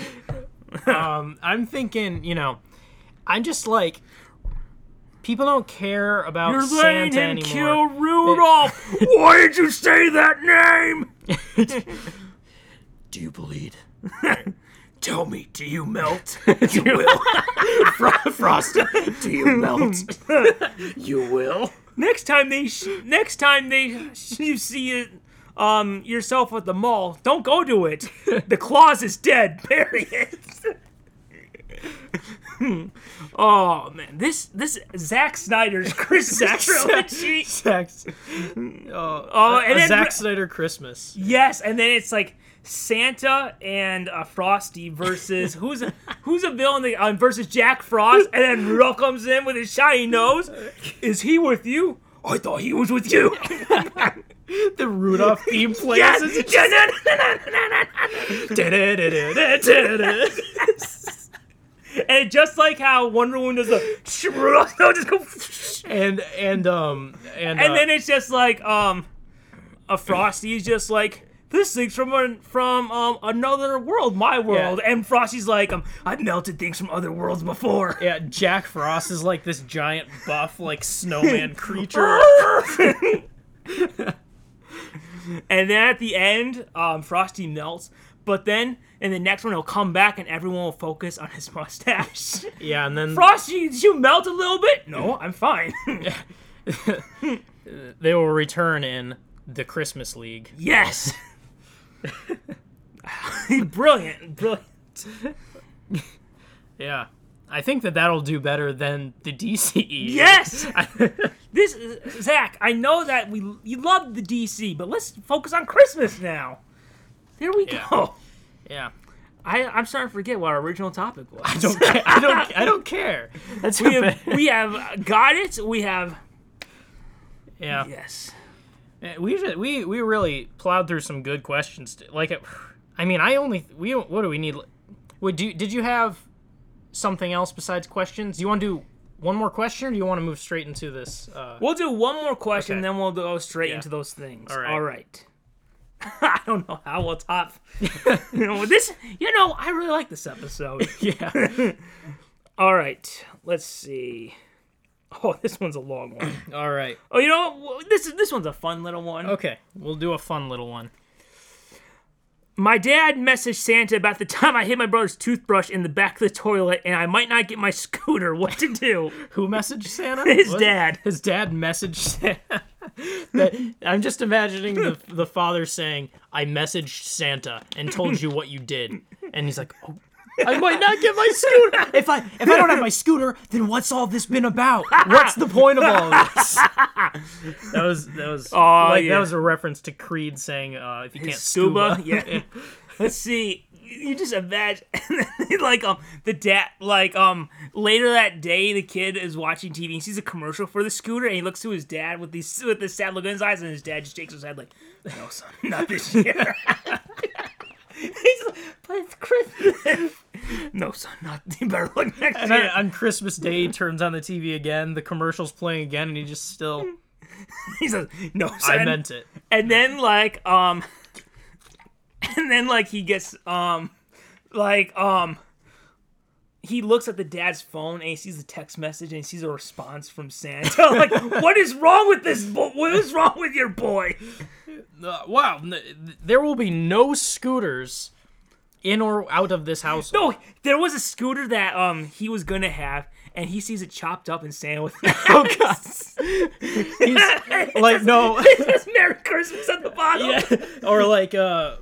A: um, I'm thinking, you know, I'm just like, people don't care about
B: You're letting
A: Santa
B: him
A: anymore.
B: kill Rudolph. Why did you say that name?
A: Do you bleed?
B: Tell me, do you melt?
A: You will. Fro- Frost, do you melt? you will.
B: next time they, sh- next time they, sh- you see it, um, yourself at the mall, don't go to it. The Claus is dead. Bury it. oh man, this this Zack Snyder's Christmas trilogy.
A: Sex.
B: Oh, and
A: a
B: then
A: Zack Snyder Christmas.
B: Yes, and then it's like Santa and uh, Frosty versus who's who's a villain that, um, versus Jack Frost, and then Rudolph comes in with his shiny nose. Is he with you? I thought he was with you.
A: The Rudolph theme plays.
B: yes. and just like how Wonder Woman does the Rudolph's nose just go,
A: and and um and,
B: and
A: uh,
B: then it's just like um, a Frosty is just like this thing's from an, from um another world, my world, and Frosty's like um I've melted things from other worlds before.
A: yeah, Jack Frost is like this giant buff like snowman creature.
B: and then at the end, um, Frosty melts, but then in the next one he'll come back and everyone will focus on his mustache.
A: Yeah, and then
B: Frosty, did you melt a little bit? No, I'm fine.
A: they will return in the Christmas League.
B: yes. brilliant, brilliant.
A: Yeah. I think that that'll do better than the E. DCE.
B: Yes. this is, Zach, I know that we you love the DC, but let's focus on Christmas now. There we
A: Yeah.
B: go.
A: Yeah.
B: I, I'm starting to forget what our original topic was. I
A: Don't ca- I don't I don't care. That's
B: we have, we have got it. We have
A: yeah.
B: yes.
A: Yeah, We just, we we really plowed through some good questions. t- Like, it- I mean, I only we don't- what do we need? Would you did you have something else besides questions? Do you want to do one more question, or do you want to move straight into this? Uh,
B: We'll do one more question,
A: Okay.
B: then we'll go straight
A: Yeah.
B: into those things.
A: All right.
B: All right. I don't know how we'll top. you know this. You know I really like this episode.
A: yeah.
B: All right. Let's see. Oh, this one's a long one.
A: All right.
B: Oh, you know what? this is this one's a fun little one.
A: Okay. We'll do a fun little one.
B: My dad messaged Santa about the time I hid my brother's toothbrush in the back of the toilet, and I might not get my scooter. What to do?
A: Who messaged Santa?
B: His
A: Was it-
B: dad.
A: His dad messaged Santa. that, I'm just imagining the, the father saying, "I messaged Santa and told you what you did," and he's like, "Oh." I might not get my scooter. If I if I don't have my scooter, then what's all this been about? What's the point of all this? That was that was like
B: yeah.
A: that was a reference to Creed saying, uh, "If you can't
B: scuba.
A: scuba,
B: Yeah. Let's see. You just imagine, like um, the dad, like um, later that day, the kid is watching TV and sees a commercial for the scooter, and he looks to his dad with these with this sad look in his eyes, and his dad just shakes his head like, "No, son, not this year." He's like, but it's Christmas. no, son, not. You better look next
A: And
B: year.
A: then on Christmas Day, he turns on the TV again. The commercial's playing again, and he just still.
B: he says, "No, son."
A: I meant it.
B: and then like um and then like he gets um like um he looks at the dad's phone and he sees the text message and he sees a response from Santa. like, what is wrong with this boy? What is wrong with your boy?
A: Uh, wow, n- th- there will be no scooters in or out of this house.
B: No, there was a scooter that um he was gonna have, and he sees it chopped up and Santa with
A: oh god. He's like no,
B: it says Merry Christmas at the bottom.
A: or like uh,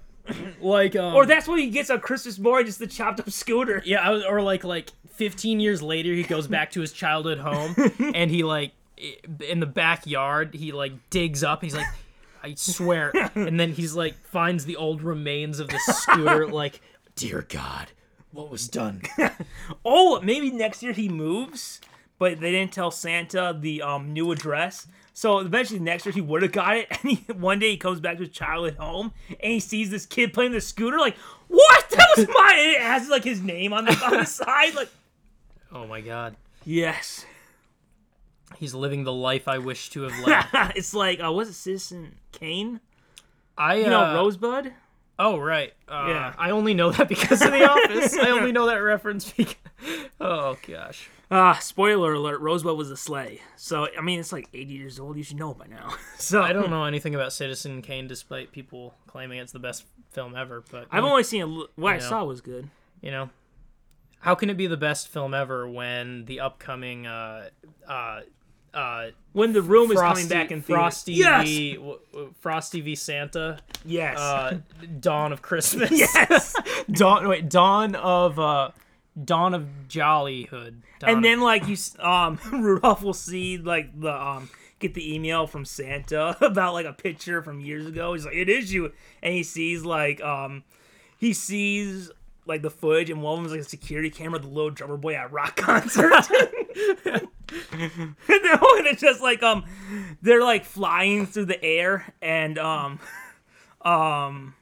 A: like um,
B: Or that's what he gets on Christmas morning, just the chopped up scooter.
A: yeah, I was- or like like 15 years later, he goes back to his childhood home and he like i- in the backyard, he like digs up. He's like, I swear, and then he's like finds the old remains of the scooter. Like, dear God, what was done?
B: Oh, maybe next year he moves, but they didn't tell Santa the um new address. So eventually, next year he would have got it. And he, one day he comes back to his childhood home and he sees this kid playing the scooter. Like, what? That was mine. And it has like his name on the on the side. Like,
A: Oh my god.
B: yes.
A: He's living the life I wish to have led.
B: it's like, uh, was it Citizen Kane?
A: I
B: You know,
A: uh,
B: Rosebud.
A: Oh right. Uh,
B: Yeah.
A: I only know that because of The Office. I only know that reference because. Oh gosh.
B: Ah, spoiler alert: Rosebud was a sleigh. So I mean, it's like 80 years old. You should know by now. so
A: I don't know anything about Citizen Kane, despite people claiming it's the best film ever. But
B: I've only seen a, li- what I
A: know.
B: saw was good.
A: you know how can it be the best film ever when the upcoming uh uh uh
B: When the room
A: frosty,
B: is coming back in theaters.
A: frosty
B: yes,
A: v, w- w- frosty v santa
B: yes,
A: uh dawn of christmas
B: yes.
A: dawn wait dawn of uh dawn of jollyhood dawn
B: and then like you, s- um, Rudolph will see like the um get the email from Santa about like a picture from years ago. He's like, "It is you," and he sees like um he sees like the footage, and one of them is like a security camera, the little drummer boy at a rock concert. and then when it's just like um they're like flying through the air and um um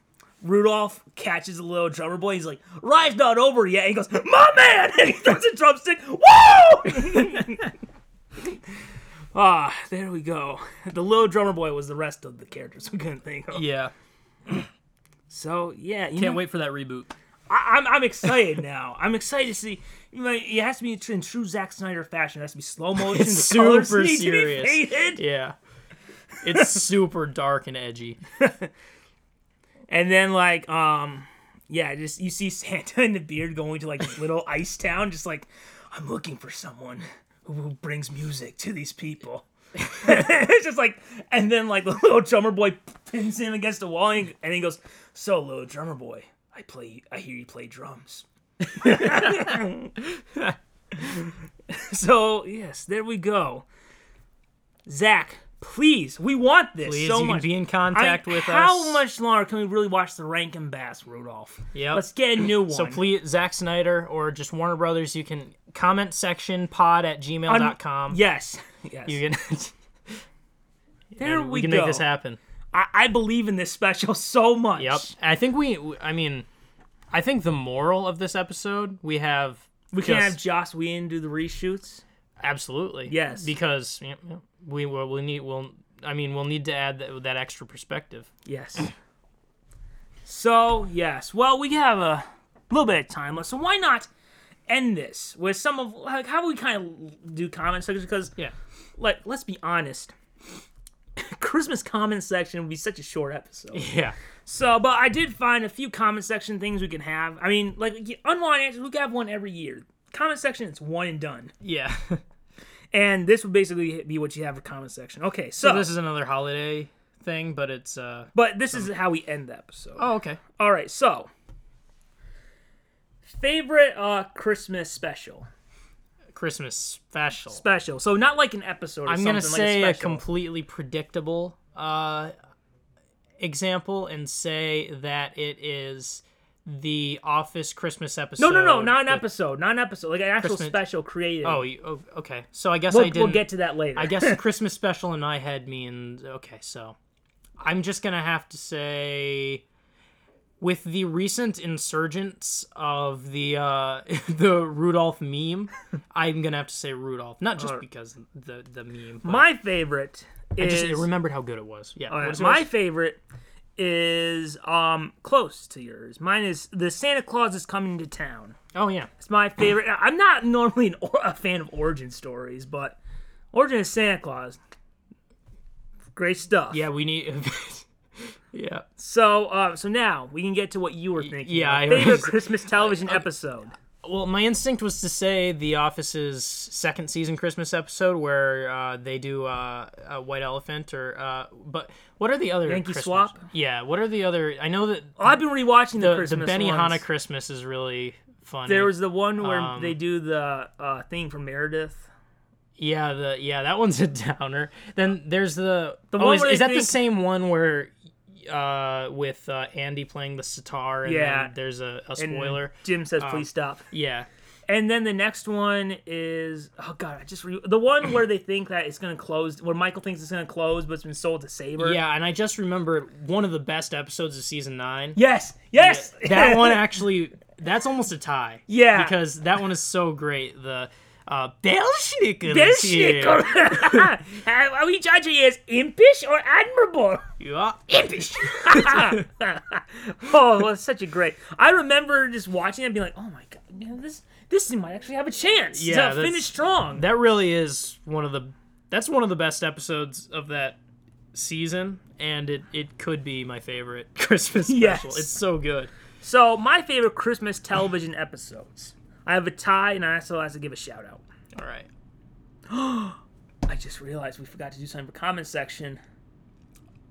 B: Rudolph catches a little drummer boy. He's like, "Ride's not over yet." And he goes, "My man!" And he throws a drumstick. Woo! ah, there we go. The little drummer boy was the rest of the characters we couldn't think of.
A: yeah
B: So yeah, you
A: can't
B: know,
A: wait for that reboot
B: I, I'm I'm excited now. I'm excited to see. you know, it has to be in true Zack Snyder fashion. It has to be slow motion.
A: It's
B: the colors
A: super
B: need to be
A: serious.
B: faded.
A: yeah it's super dark and edgy
B: And then like um yeah, just you see Santa in the beard going to like this little ice town, just like I'm looking for someone who- who brings music to these people. it's just like and then like the little drummer boy pins him against the wall and, and he goes, So little drummer boy, I play I hear you play drums. so yes, there we go. Zach, please, we want this
A: please
B: so
A: you
B: much.
A: can be in contact
B: I-
A: with
B: how
A: us
B: much longer can we really watch the Rankin Bass Rudolph?
A: Yep.
B: Let's get a new one.
A: So please, Zack Snyder or just Warner Brothers, you can comment section pod at
B: Un-
A: gmail.com.
B: Yes. Yes.
A: You can,
B: there we,
A: we can
B: go.
A: make this happen.
B: I, I believe in this special so much.
A: Yep. I think we, I mean, I think the moral of this episode, we have.
B: We can have Joss Whedon do the reshoots.
A: Absolutely.
B: Yes.
A: Because you know, we will we'll need, we'll, I mean, we'll need to add that, that extra perspective.
B: Yes. so yes. Well, we have a little bit of time left, so why not end this with some of like how we kind of do comment sections because
A: Yeah.
B: like let's be honest. Christmas comment section would be such a short episode.
A: Yeah.
B: So, but I did find a few comment section things we can have. I mean, like y- unwanted answers, we could have one every year. Comment section, it's one and done.
A: Yeah.
B: And this would basically be what you have for comment section. Okay, so,
A: so this is another holiday thing, but it's, uh,
B: but this is how we end the episode.
A: oh, okay.
B: All right, so favorite uh Christmas special
A: Christmas special.
B: special. So not like an episode. Or
A: I'm
B: something,
A: gonna say
B: like
A: a,
B: a, special.
A: completely predictable uh, example and say that it is the Office Christmas episode.
B: No, no, no, not an
A: with-
B: episode, not an episode, like an actual
A: Christmas-
B: special created.
A: Oh, you, oh, okay. So I guess I
B: we'll,
A: didn't.
B: we'll get to that later.
A: I guess Christmas special in my head means okay. So I'm just gonna have to say. With the recent insurgence of the uh, the Rudolph meme, I'm gonna have to say Rudolph, not just because the the meme. But
B: my favorite
A: I
B: is
A: just remembered how good it was. Yeah,
B: All right,
A: what is
B: my
A: yours?
B: favorite is um close to yours. Mine is the Santa Claus is coming to town.
A: Oh yeah,
B: It's my favorite. I'm not normally an or- a fan of origin stories, but Origin of Santa Claus, great stuff.
A: yeah. We need. yeah,
B: So uh, so now we can get to what you were thinking.
A: yeah,
B: of.
A: I Uh,
B: favorite
A: was-
B: Christmas television episode.
A: Well, my instinct was to say The Office's second season Christmas episode where uh, they do uh, a White Elephant or. Uh, but what are the other
B: Yankee
A: Christmas-
B: Swap?
A: Yeah, what are the other? I know that
B: Oh, I've been rewatching the,
A: the, the
B: Christmas
A: Benny
B: ones.
A: Hanna Christmas is really funny.
B: There was the one where
A: Um,
B: they do the uh, thing from Meredith.
A: yeah the yeah that one's a downer. Then there's the the
B: The
A: oh,
B: one
A: is,
B: where
A: is
B: they
A: that the
B: think-
A: same one where uh with uh, Andy playing the sitar and
B: Yeah.
A: then there's a, a
B: And
A: spoiler Um,
B: Jim says, "Please stop."
A: yeah
B: And then the next one is oh god, I just re- the one where they think that it's gonna close, where Michael thinks it's gonna close, but it's been sold to Saber.
A: Yeah, and I just remembered one of the best episodes of season nine.
B: Yes. Yes.
A: that one actually that's almost a tie.
B: Yeah.
A: Because that one is so great. The uh Belschnickel is here.
B: Belschnickel. Are we judging it as impish or admirable?
A: You are
B: oh, well, it's such a great. I remember just watching it and being like, oh my god, you know, this this might actually have a chance
A: Yeah,
B: to
A: that's-
B: finish strong.
A: That really is one of the that's one of the best episodes of that season and it it could be my favorite Christmas special.
B: Yes.
A: It's so good.
B: so my favorite Christmas television episodes. I have a tie, and I also have to give a shout out.
A: All right.
B: I just realized we forgot to do something for comment section.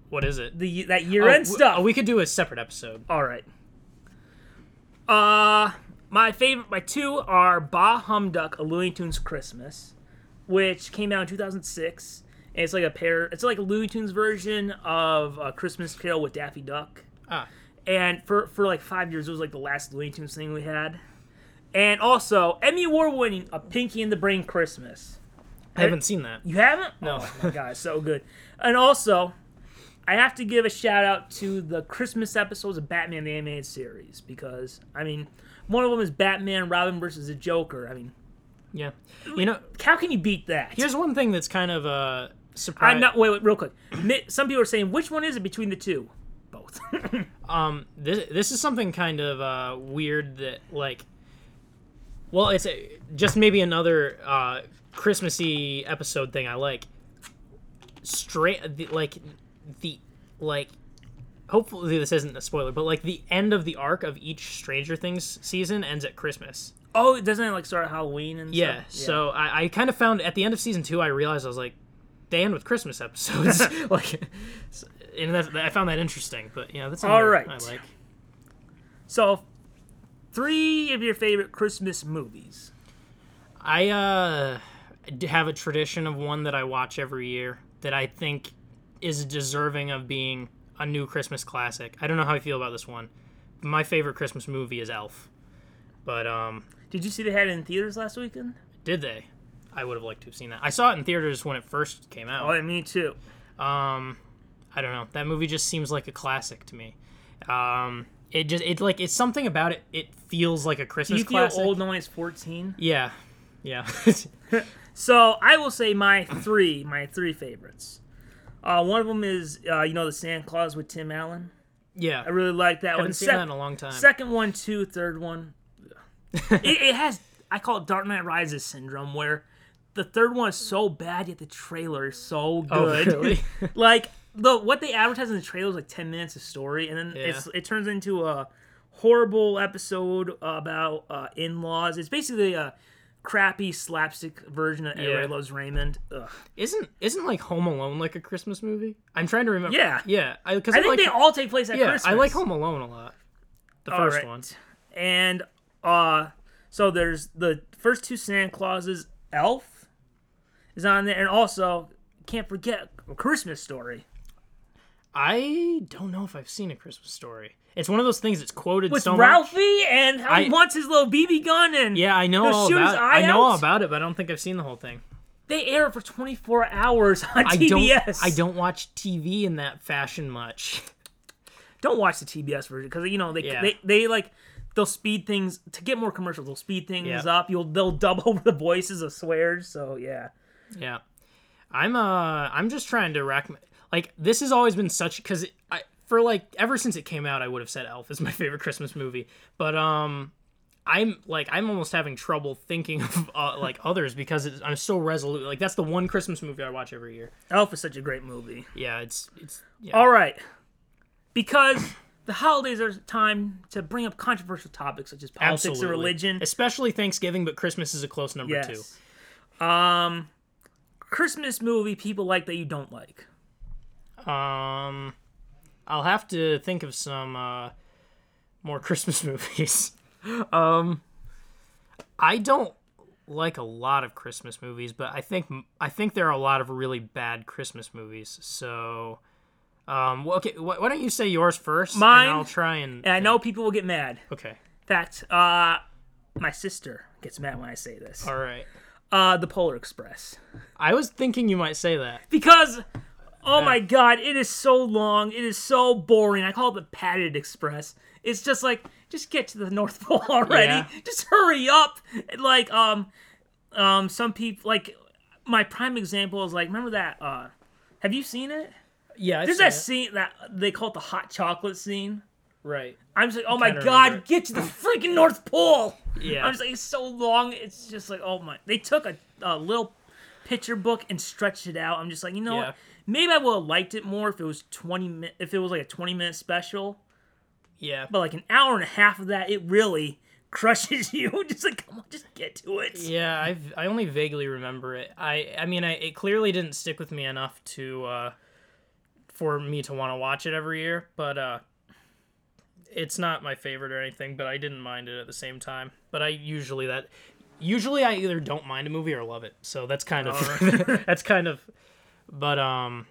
A: What is it?
B: The that year
A: Oh,
B: end
A: w-
B: stuff.
A: oh, we could do a separate episode.
B: All right. Uh, my favorite, my two are Bah Humduck, A Looney Tunes Christmas, which came out in 2006. And it's like a pair, it's like a Looney Tunes version of uh, Christmas Carol with Daffy Duck.
A: Ah.
B: And for, for like five years, it was like the last Looney Tunes thing we had. And also, Emmy Award winning A Pinky in the Brain Christmas.
A: I haven't seen that.
B: You haven't?
A: No.
B: Oh my god, it's so good. And also, I have to give a shout out to the Christmas episodes of Batman the Animated Series because I mean, one of them is Batman Robin versus the Joker. I mean,
A: Yeah. You know,
B: how can you beat that?
A: here's one thing that's kind of uh, a
B: I
A: surprise.
B: know. Wait, wait, real quick. Mi- Some people are saying which one is it between the two? Both.
A: um this this is something kind of uh weird that like well it's a, just maybe another uh christmassy episode thing i like straight the, like the like hopefully this isn't a spoiler but like the end of the arc of each stranger things season ends at christmas
B: oh, doesn't it like start at Halloween and
A: yeah,
B: stuff?
A: so I, I kind of found at the end of season two i realized i was like they end with christmas episodes like so- and that, i found that interesting but yeah that's
B: All
A: another
B: right.
A: i like
B: So, three of your favorite Christmas movies.
A: I uh, d- have a tradition of one that I watch every year that I think is deserving of being a new Christmas classic. I don't know how I feel about this one. My favorite Christmas movie is Elf, but um,
B: Did you see they had it in theaters last weekend?
A: did they? I would have liked to have seen that. I saw it in theaters when it first came out.
B: Oh, yeah, me too.
A: Um, I don't know. That movie just seems like a classic to me. Um, it just it's like it's something about it. It feels like a
B: Do
A: Christmas
B: you feel
A: classic.
B: old knowing it's 14?
A: Yeah, yeah.
B: So I will say my three, my three favorites. Uh, one of them is uh, you know the Santa Claus with Tim Allen.
A: yeah.
B: I really like that one.
A: haven't seen
B: Sec-
A: that in a long time.
B: Second one, two, third one. it, it has I call it Dark Knight Rises syndrome, where the third one is so bad yet the trailer is so good.
A: Oh, really?
B: like the what they advertise in the trailer is like ten minutes of story, and then it's, it turns into a horrible episode about uh, in-laws. It's basically a crappy slapstick version of Everybody
A: Yeah.
B: Loves Raymond. Ugh.
A: Isn't isn't like Home Alone like a Christmas movie? I'm trying to remember.
B: Yeah.
A: yeah. I, cause
B: I think
A: like,
B: they all take place at
A: Yeah,
B: Christmas.
A: I like Home Alone a lot. The
B: All
A: first
B: right.
A: one.
B: And uh, so there's the first two Santa Clauses. Elf is on there, and also can't forget a Christmas Story.
A: I don't know if I've seen a Christmas story. It's one of those things that's quoted
B: With
A: so much.
B: Ralphie and how he
A: I-
B: wants his little BB gun and
A: Yeah, I know
B: He'll
A: all
B: shoot his
A: about. It.
B: eye
A: I know all
B: out.
A: about it, but I don't think I've seen the whole thing.
B: They air it for 24 hours on
A: I
B: TBS.
A: don't. I don't watch TV in that fashion much.
B: Don't watch the TBS version because you know they,
A: Yeah.
B: they they like they'll speed things to get more commercials. They'll speed things
A: Yeah.
B: up. You'll they'll dub over the voices of swears. So yeah,
A: Yeah, I'm uh, I'm just trying to rack. My, like this has always been such because I for like ever since it came out, I would have said Elf is my favorite Christmas movie. But um, I'm like I'm almost having trouble thinking of uh, like others because it's, I'm so resolute. Like that's the one Christmas movie I watch every year.
B: Elf is such a great movie.
A: Yeah, it's it's yeah.
B: All right, because the holidays are time to bring up controversial topics such as politics
A: Absolutely.
B: and religion.
A: especially Thanksgiving, but Christmas is a close number two.
B: yes. Um, Christmas movie people like that you don't like.
A: Um, I'll have to think of some uh, more Christmas movies. um, I don't like a lot of Christmas movies, but I think I think there are a lot of really bad Christmas movies. So, um, well, okay, wh- why don't you say yours first?
B: Mine-
A: And I'll try and.
B: And I know people will get mad.
A: Okay.
B: fact, uh, my sister gets mad when I say this.
A: All right.
B: Uh, the Polar Express.
A: I was thinking you might say that.
B: Because, oh my god, it is so long. It is so boring. I call it the Padded Express. It's just like, just get to the North Pole already.
A: Yeah.
B: Just hurry up. Like, um, um, some people, like, my prime example is like, remember that, uh, have you seen it?
A: Yeah, I
B: There's
A: see
B: that
A: it.
B: scene that they call it the hot chocolate scene.
A: right.
B: I'm just like, oh my
A: kinda
B: god,
A: remember
B: get to the freaking North Pole!
A: Yeah.
B: I'm just like, it's so long. It's just like, oh my. They took a, a little picture book and stretched it out. I'm just like, you know
A: Yeah.
B: what? Maybe I would have liked it more if it was 20 min- if it was like a 20 minute special,
A: yeah.
B: but like an hour and a half of that, it really crushes you. just like, come on, just get to it.
A: Yeah, I I only vaguely remember it. I I mean, I it clearly didn't stick with me enough to uh for me to want to watch it every year, but uh it's not my favorite or anything, but I didn't mind it at the same time. But I usually that usually I either don't mind a movie or love it. So that's kind of that's kind of but um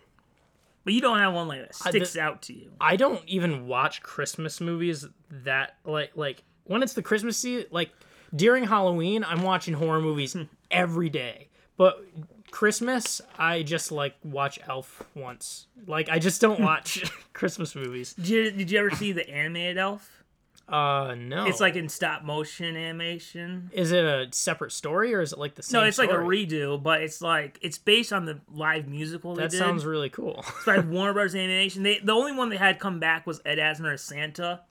B: But you don't have one like that
A: I-
B: sticks
A: the-
B: out to you.
A: I don't even watch Christmas movies that like like when it's the Christmas season like during Halloween I'm watching horror
B: Hmm.
A: movies every day. But Christmas I just like watch Elf once. Like I just
B: Hmm.
A: don't watch Christmas movies.
B: Did you, did you ever see the animated elf?
A: Uh no.
B: It's like in stop motion animation.
A: is it a separate story or is it like the same
B: No, it's like a
A: story?
B: redo, but it's like it's based on the live musical. They
A: That
B: did.
A: sounds really cool.
B: It's by Warner Brothers Animation. They the only one they had come back was Ed Asner as Santa,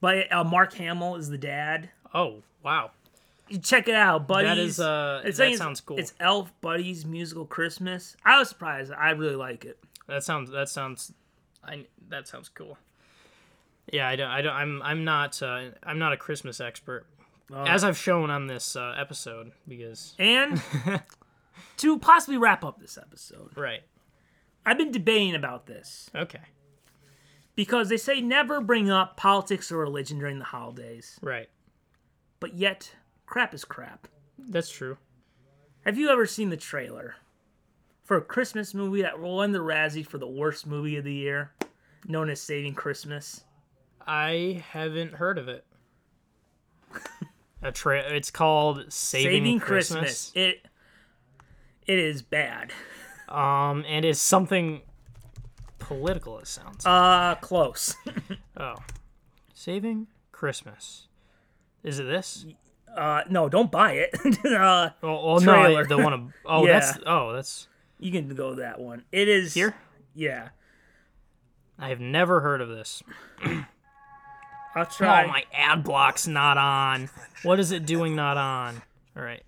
B: but uh, Mark Hamill is the dad.
A: Oh, wow.
B: You check it out, buddies.
A: That is uh
B: It's like
A: that
B: it's-
A: sounds cool.
B: It's Elf Buddies Musical Christmas. I was surprised. I really like it.
A: That sounds. That sounds. I. That sounds cool. Yeah, I don't. I don't. I'm. I'm not. Uh, I'm not a Christmas expert, as I've shown on this uh, episode. Because
B: And to possibly wrap up this episode,
A: right.
B: I've been debating about this
A: Okay.
B: because they say never bring up politics or religion during the holidays,
A: Right.
B: but yet crap is crap.
A: That's true.
B: Have you ever seen the trailer for a Christmas movie that won the Razzie for the worst movie of the year, known as Saving Christmas?
A: I haven't heard of it. A tra- It's called Saving, Christmas.
B: It it is bad.
A: Um, and it's something political. It sounds.
B: Uh close.
A: oh, Saving Christmas. Is it this?
B: Uh no, don't buy it. uh
A: Oh, well,
B: trailer.
A: no, the one. ab- Oh,
B: Yeah.
A: that's. Oh, that's
B: you can go with that one. It is
A: here.
B: Yeah.
A: I have never heard of this.
B: I'll try.
A: Oh, my ad block's not on. What is it doing not on? All right.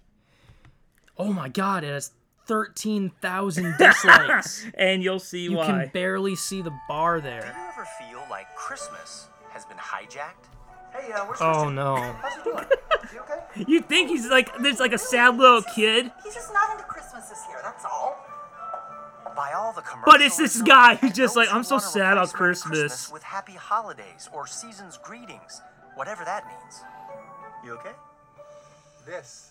A: Oh my god, it has 13,000 dislikes.
B: And you'll see
A: you
B: why.
A: can barely see the bar there.
F: Do you ever feel like Christmas has been hijacked? Hey, uh, where's
A: Oh
F: Christian?
A: no.
F: How's he doing? You okay?
B: you think he's like there's like a sad little kid,
F: He's just not into Christmas this year, that's all. By all the commercials,
B: But it's this guy who's just like, "I'm so
F: Those who
B: sad about
F: want a replacement
B: Christmas."
F: With happy holidays or season's greetings, whatever that means. You okay?
G: This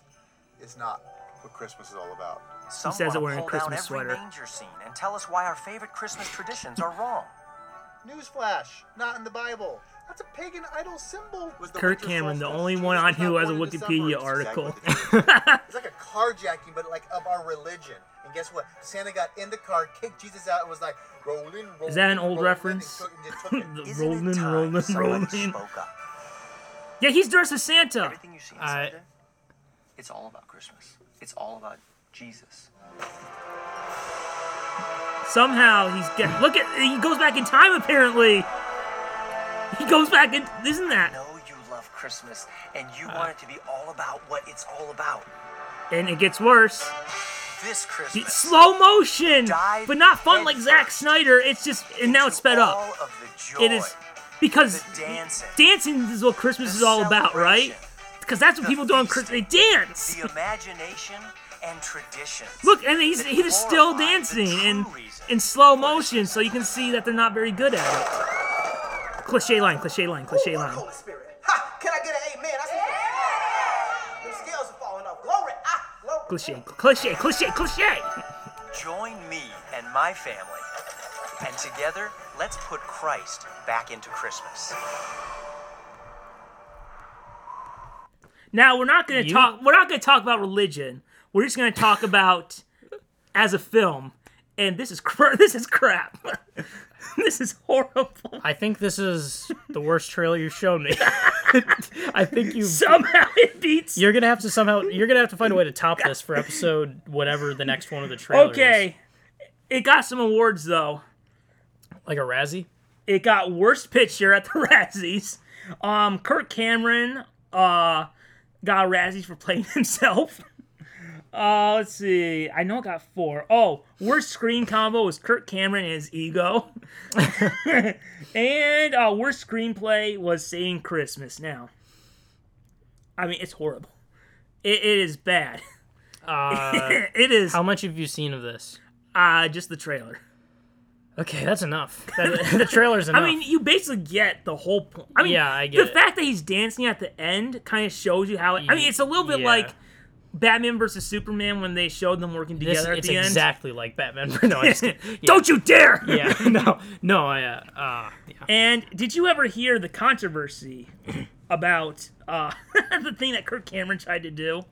G: is not what Christmas is all about.
F: Some
B: says it
F: wanna
B: wearing a
F: pull down
B: Christmas
F: every
B: sweater.
F: manger scene and tell us why our favorite Christmas traditions are wrong.
G: Newsflash, not in the Bible. That's a pagan idol symbol. Was the
B: Kirk
G: winter
B: Cameron, the
G: solstice
B: only
G: true
B: one
G: was
B: on
G: not
B: who has a
G: born in
B: Wikipedia
G: December?
B: article.
G: It's exactly what the truth is. it's like a carjacking, but like of our religion. And guess what? Santa got in the car, kicked Jesus out, and was like, rolling, rolling.
B: Is that an old
G: rolling,"
B: reference?
G: And took, and just took it.
B: the
F: Isn't
B: rolling,
F: it time
B: rolling,
F: somebody
B: rolling.
F: spoke up?
B: Yeah, he's dressed as Santa.
F: Everything you see
A: I-
F: inside there, it's all about Christmas. It's all about Jesus.
B: Somehow he's get look at he goes back in time apparently. He goes back in isn't that?
F: know you love Christmas and you
B: Uh.
F: want it to be all about what it's all about.
B: And it gets worse.
F: This
B: He-
F: Christmas.
B: slow motion,
F: Dive
B: but not fun
F: head
B: like Zack
F: first
B: Snyder. It's just and now
F: into
B: it's sped
F: All
B: up.
F: of the joy,
B: It is
F: the
B: because
F: dancing,
B: dancing is what Christmas
F: The
B: is all about, right? Because that's what
F: The
B: people do on Christmas.
F: feasting.
B: They dance.
F: the imagination and tradition.
B: Look, and he's
F: that
B: he's still
F: glorify the
B: dancing
F: true
B: in
F: reason
B: in slow motion, so you can see that they're not very good at it. Cliche line, cliche line, cliche line.
H: Holy Spirit. Ha! Can I get an amen? I said, yeah! The scales are falling off. Glory, ah, glory.
B: Cliche, cliche, cliche, cliche.
F: Join me and my family, and together let's put Christ back into Christmas.
B: Now we're not gonna talk. We're not gonna talk about religion. We're just gonna talk about as a film, and this is cr- this is crap. this is horrible.
A: I think this is the worst trailer you've shown me. I think you
B: Somehow it beats.
A: you're gonna have to somehow you're gonna have to find a way to top this for episode whatever the next one of the trailers.
B: okay, it got some awards though.
A: like a Razzie.
B: It got worst picture at the Razzies. Um, Kirk Cameron uh got Razzies for playing himself. Uh, let's see. I know it got four. Oh, worst screen combo was Kirk Cameron and his ego. and uh, worst screenplay was Saving Christmas. Now, I mean, it's horrible. It, it is bad.
A: Uh,
B: it is
A: how much have you seen of this?
B: uh, just the trailer.
A: Okay, that's enough. That, the trailer's enough.
B: I mean, you basically get the whole point. I mean,
A: Yeah, I get
B: the
A: it.
B: fact that he's dancing at the end kind of shows you how. It, I mean, it's a little bit
A: Yeah.
B: like Batman versus Superman when they showed them working
A: this,
B: together at
A: it's
B: the end.
A: exactly like Batman. No, I just kidding. Yeah.
B: Don't you dare!
A: Yeah, no, no, I, uh, uh, yeah.
B: And did you ever hear the controversy about uh, the thing that Kirk Cameron tried to do?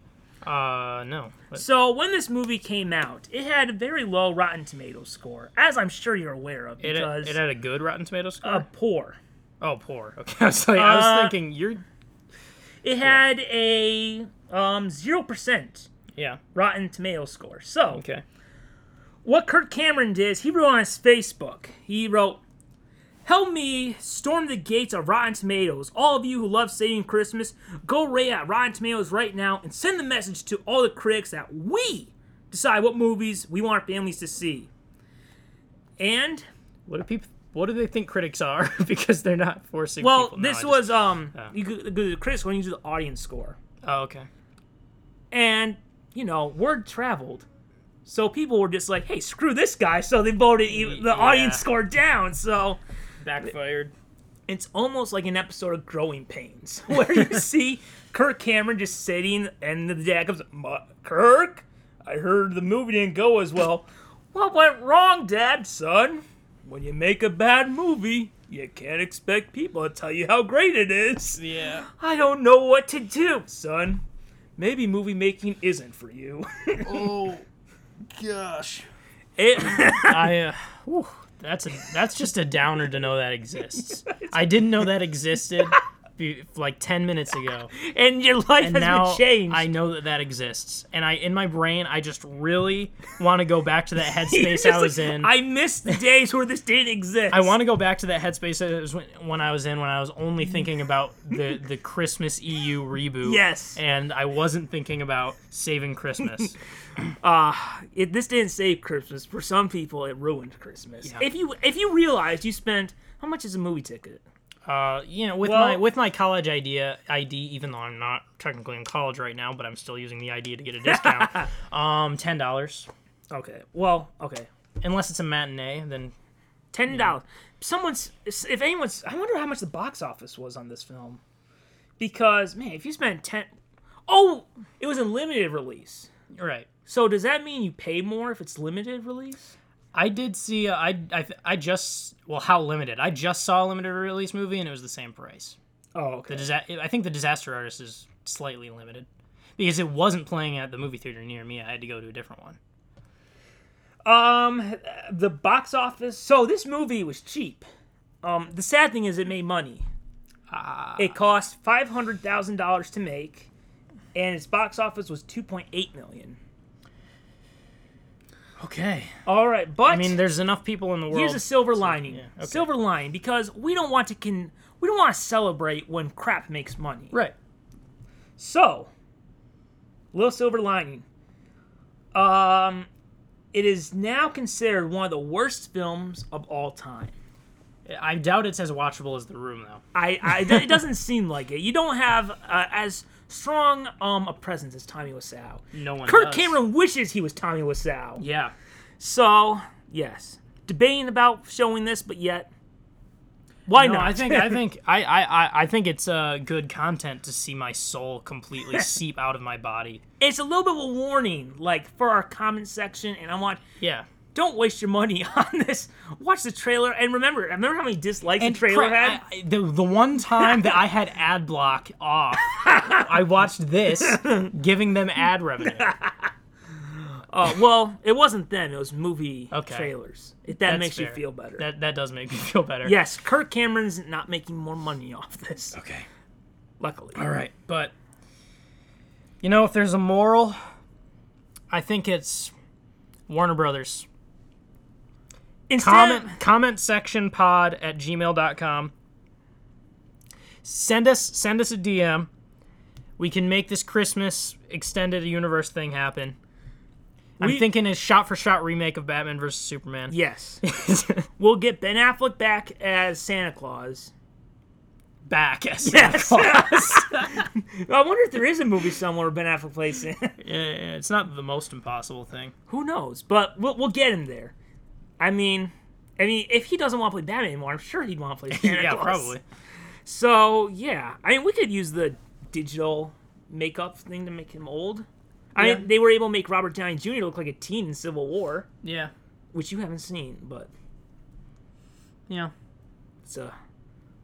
A: uh, no. But-
B: So when this movie came out, it had a very low Rotten Tomatoes score, as I'm sure you're aware of,
A: It,
B: because
A: it had a good Rotten Tomato score.
B: uh, poor.
A: oh, poor. Okay, I was like, I
B: uh,
A: was thinking you're,
B: It had a um zero percent
A: yeah,
B: Rotten Tomato score. So
A: okay,
B: what Kirk Cameron did is he wrote on his Facebook. He wrote, "Help me storm the gates of Rotten Tomatoes. All of you who love saving Christmas, go rate at Rotten Tomatoes right now and send the message to all the critics that we decide what movies we want our families to see." And
A: What do people? What do they think critics are? because they're not forcing.
B: well,
A: people. No, I
B: this
A: just-
B: was um you could, could do the critics when you do the audience score.
A: Oh, okay.
B: and you know word traveled so people were just like hey screw this guy so they voted e- the
A: Yeah.
B: audience score down so
A: Backfired.
B: it's almost like an episode of growing pains where you see kirk cameron just sitting and the dad comes "Ma- kirk i heard the movie didn't go as well what went wrong dad son when you make a bad movie you can't expect people to tell you how great it is
A: Yeah.
B: i don't know what to do son maybe movie making isn't for you
A: Oh, gosh.
B: It,
A: I. Uh, whew, that's a. That's just a downer to know that exists. I didn't know that existed. Be, like 10 minutes ago
B: and your life
A: and
B: has
A: now
B: been changed.
A: i know that that exists and i in my brain i just really want to go back to that
B: You're
A: headspace
B: just
A: i was
B: like,
A: in
B: I missed the days where this didn't exist.
A: I want to go back to that headspace that was when, when I was in when I was only thinking about the the Christmas EU reboot.
B: Yes.
A: and I wasn't thinking about saving Christmas.
B: it, this didn't save Christmas. For some people, it ruined Christmas. If you if you realized you spent how much is a movie ticket?
A: uh, you know, with
B: Well-
A: my with my college idea ID, even though I'm not technically in college right now, but I'm still using the idea to get a discount. um, ten dollars,
B: Okay. Well, okay.
A: unless it's a matinee, then
B: Ten dollars. Someone's if anyone's I wonder how much the box office was on this film. Because man, if you spent ten Oh, it was a limited release.
A: right.
B: So does that mean you pay more if it's limited release?
A: I did see. Uh, I, I I just well, how limited? I just saw a limited release movie, and it was the same price.
B: Oh, okay.
A: The disa- I think the Disaster Artist is slightly limited because it wasn't playing at the movie theater near me. I had to go to a different one.
B: Um, the box office. So this movie was cheap. Um, the sad thing is it made money.
A: Ah.
B: it cost five hundred thousand dollars to make, and its box office was two point eight million.
A: Okay.
B: All right, but
A: I mean, there's enough people in the world.
B: here's a silver lining.
A: yeah, okay.
B: Silver lining because we don't want to can we don't want to celebrate when crap makes money.
A: right.
B: So, little silver lining. Um, it is now considered one of the worst films of all time.
A: I doubt it's as watchable as The Room, though.
B: I, I it doesn't seem like it. You don't have uh, as strong um a presence as Tommy Wiseau.
A: No one.
B: Kirk
A: does.
B: Cameron wishes he was Tommy Wiseau.
A: Yeah.
B: So yes, debating about showing this, but yet why
A: No,
B: not?
A: I think I think I, I, I, I think it's uh, good content to see my soul completely seep out of my body.
B: it's a little bit of a warning, like for our comment section, and I want
A: Yeah.
B: Don't waste your money on this. Watch the trailer and remember. Remember how many dislikes the trailer
A: crap,
B: had.
A: I- I- the, the one time that I had ad block off, I watched this, giving them ad revenue.
B: Uh, well, it wasn't then. It was movie
A: Okay.
B: trailers. If
A: That's
B: that makes you
A: fair.
B: feel better.
A: That that does make me feel better.
B: yes, Kirk Cameron's not making more money off this.
A: Okay.
B: Luckily.
A: All right, but you know, if there's a moral, I think it's Warner Brothers.
B: Instead,
A: Comment comment section pod at gmail.com. Send us send us a DM. We can make this Christmas extended universe thing happen.
B: We-
A: I'm thinking a shot for shot remake of Batman vs Superman.
B: Yes. we'll get Ben Affleck back as Santa Claus.
A: Back as
B: Yes.
A: Santa Claus.
B: I wonder if there is a movie somewhere where Ben Affleck plays Santa.
A: Yeah, yeah, yeah, it's not the most impossible thing.
B: Who knows? But we'll, we'll get him there. I mean, I mean, if he doesn't want to play Batman anymore, I'm sure he'd want to play Santa
A: yeah,
B: Claus.
A: probably.
B: So yeah, I mean, we could use the digital makeup thing to make him old. I
A: Yeah.
B: mean, they were able to make Robert Downey Jr. look like a teen in Civil War,
A: Yeah.
B: which you haven't seen, but
A: Yeah.
B: it's a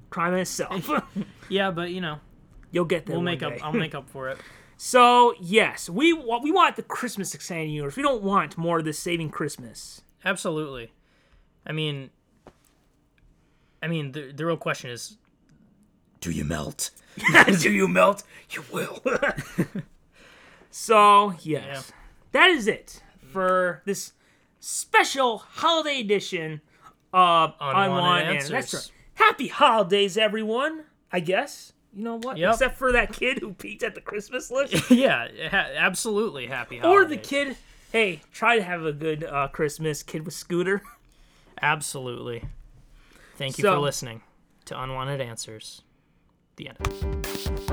B: crime in itself.
A: Yeah, but you know,
B: You'll get there.
A: we'll
B: one
A: make up
B: day.
A: I'll make up for it.
B: So yes, we wa- we want the Christmas exciting universe. We don't want more of this saving Christmas.
A: Absolutely. I mean, I mean, the, the real question is, do you melt?
B: Do you melt? You will. so yes, that is it for this special holiday edition of
A: Unwanted
B: Unwanted Answers.
A: Answers.
B: That's right. Happy holidays, everyone. I guess you know what,
A: Yep.
B: except for that kid who peeked at the Christmas list,
A: yeah, ha- absolutely happy.
B: or
A: Holidays.
B: the kid. Hey, try to have a good uh, Christmas, kid with scooter.
A: Absolutely. Thank you
B: So-
A: for listening to Unwanted Answers. The end.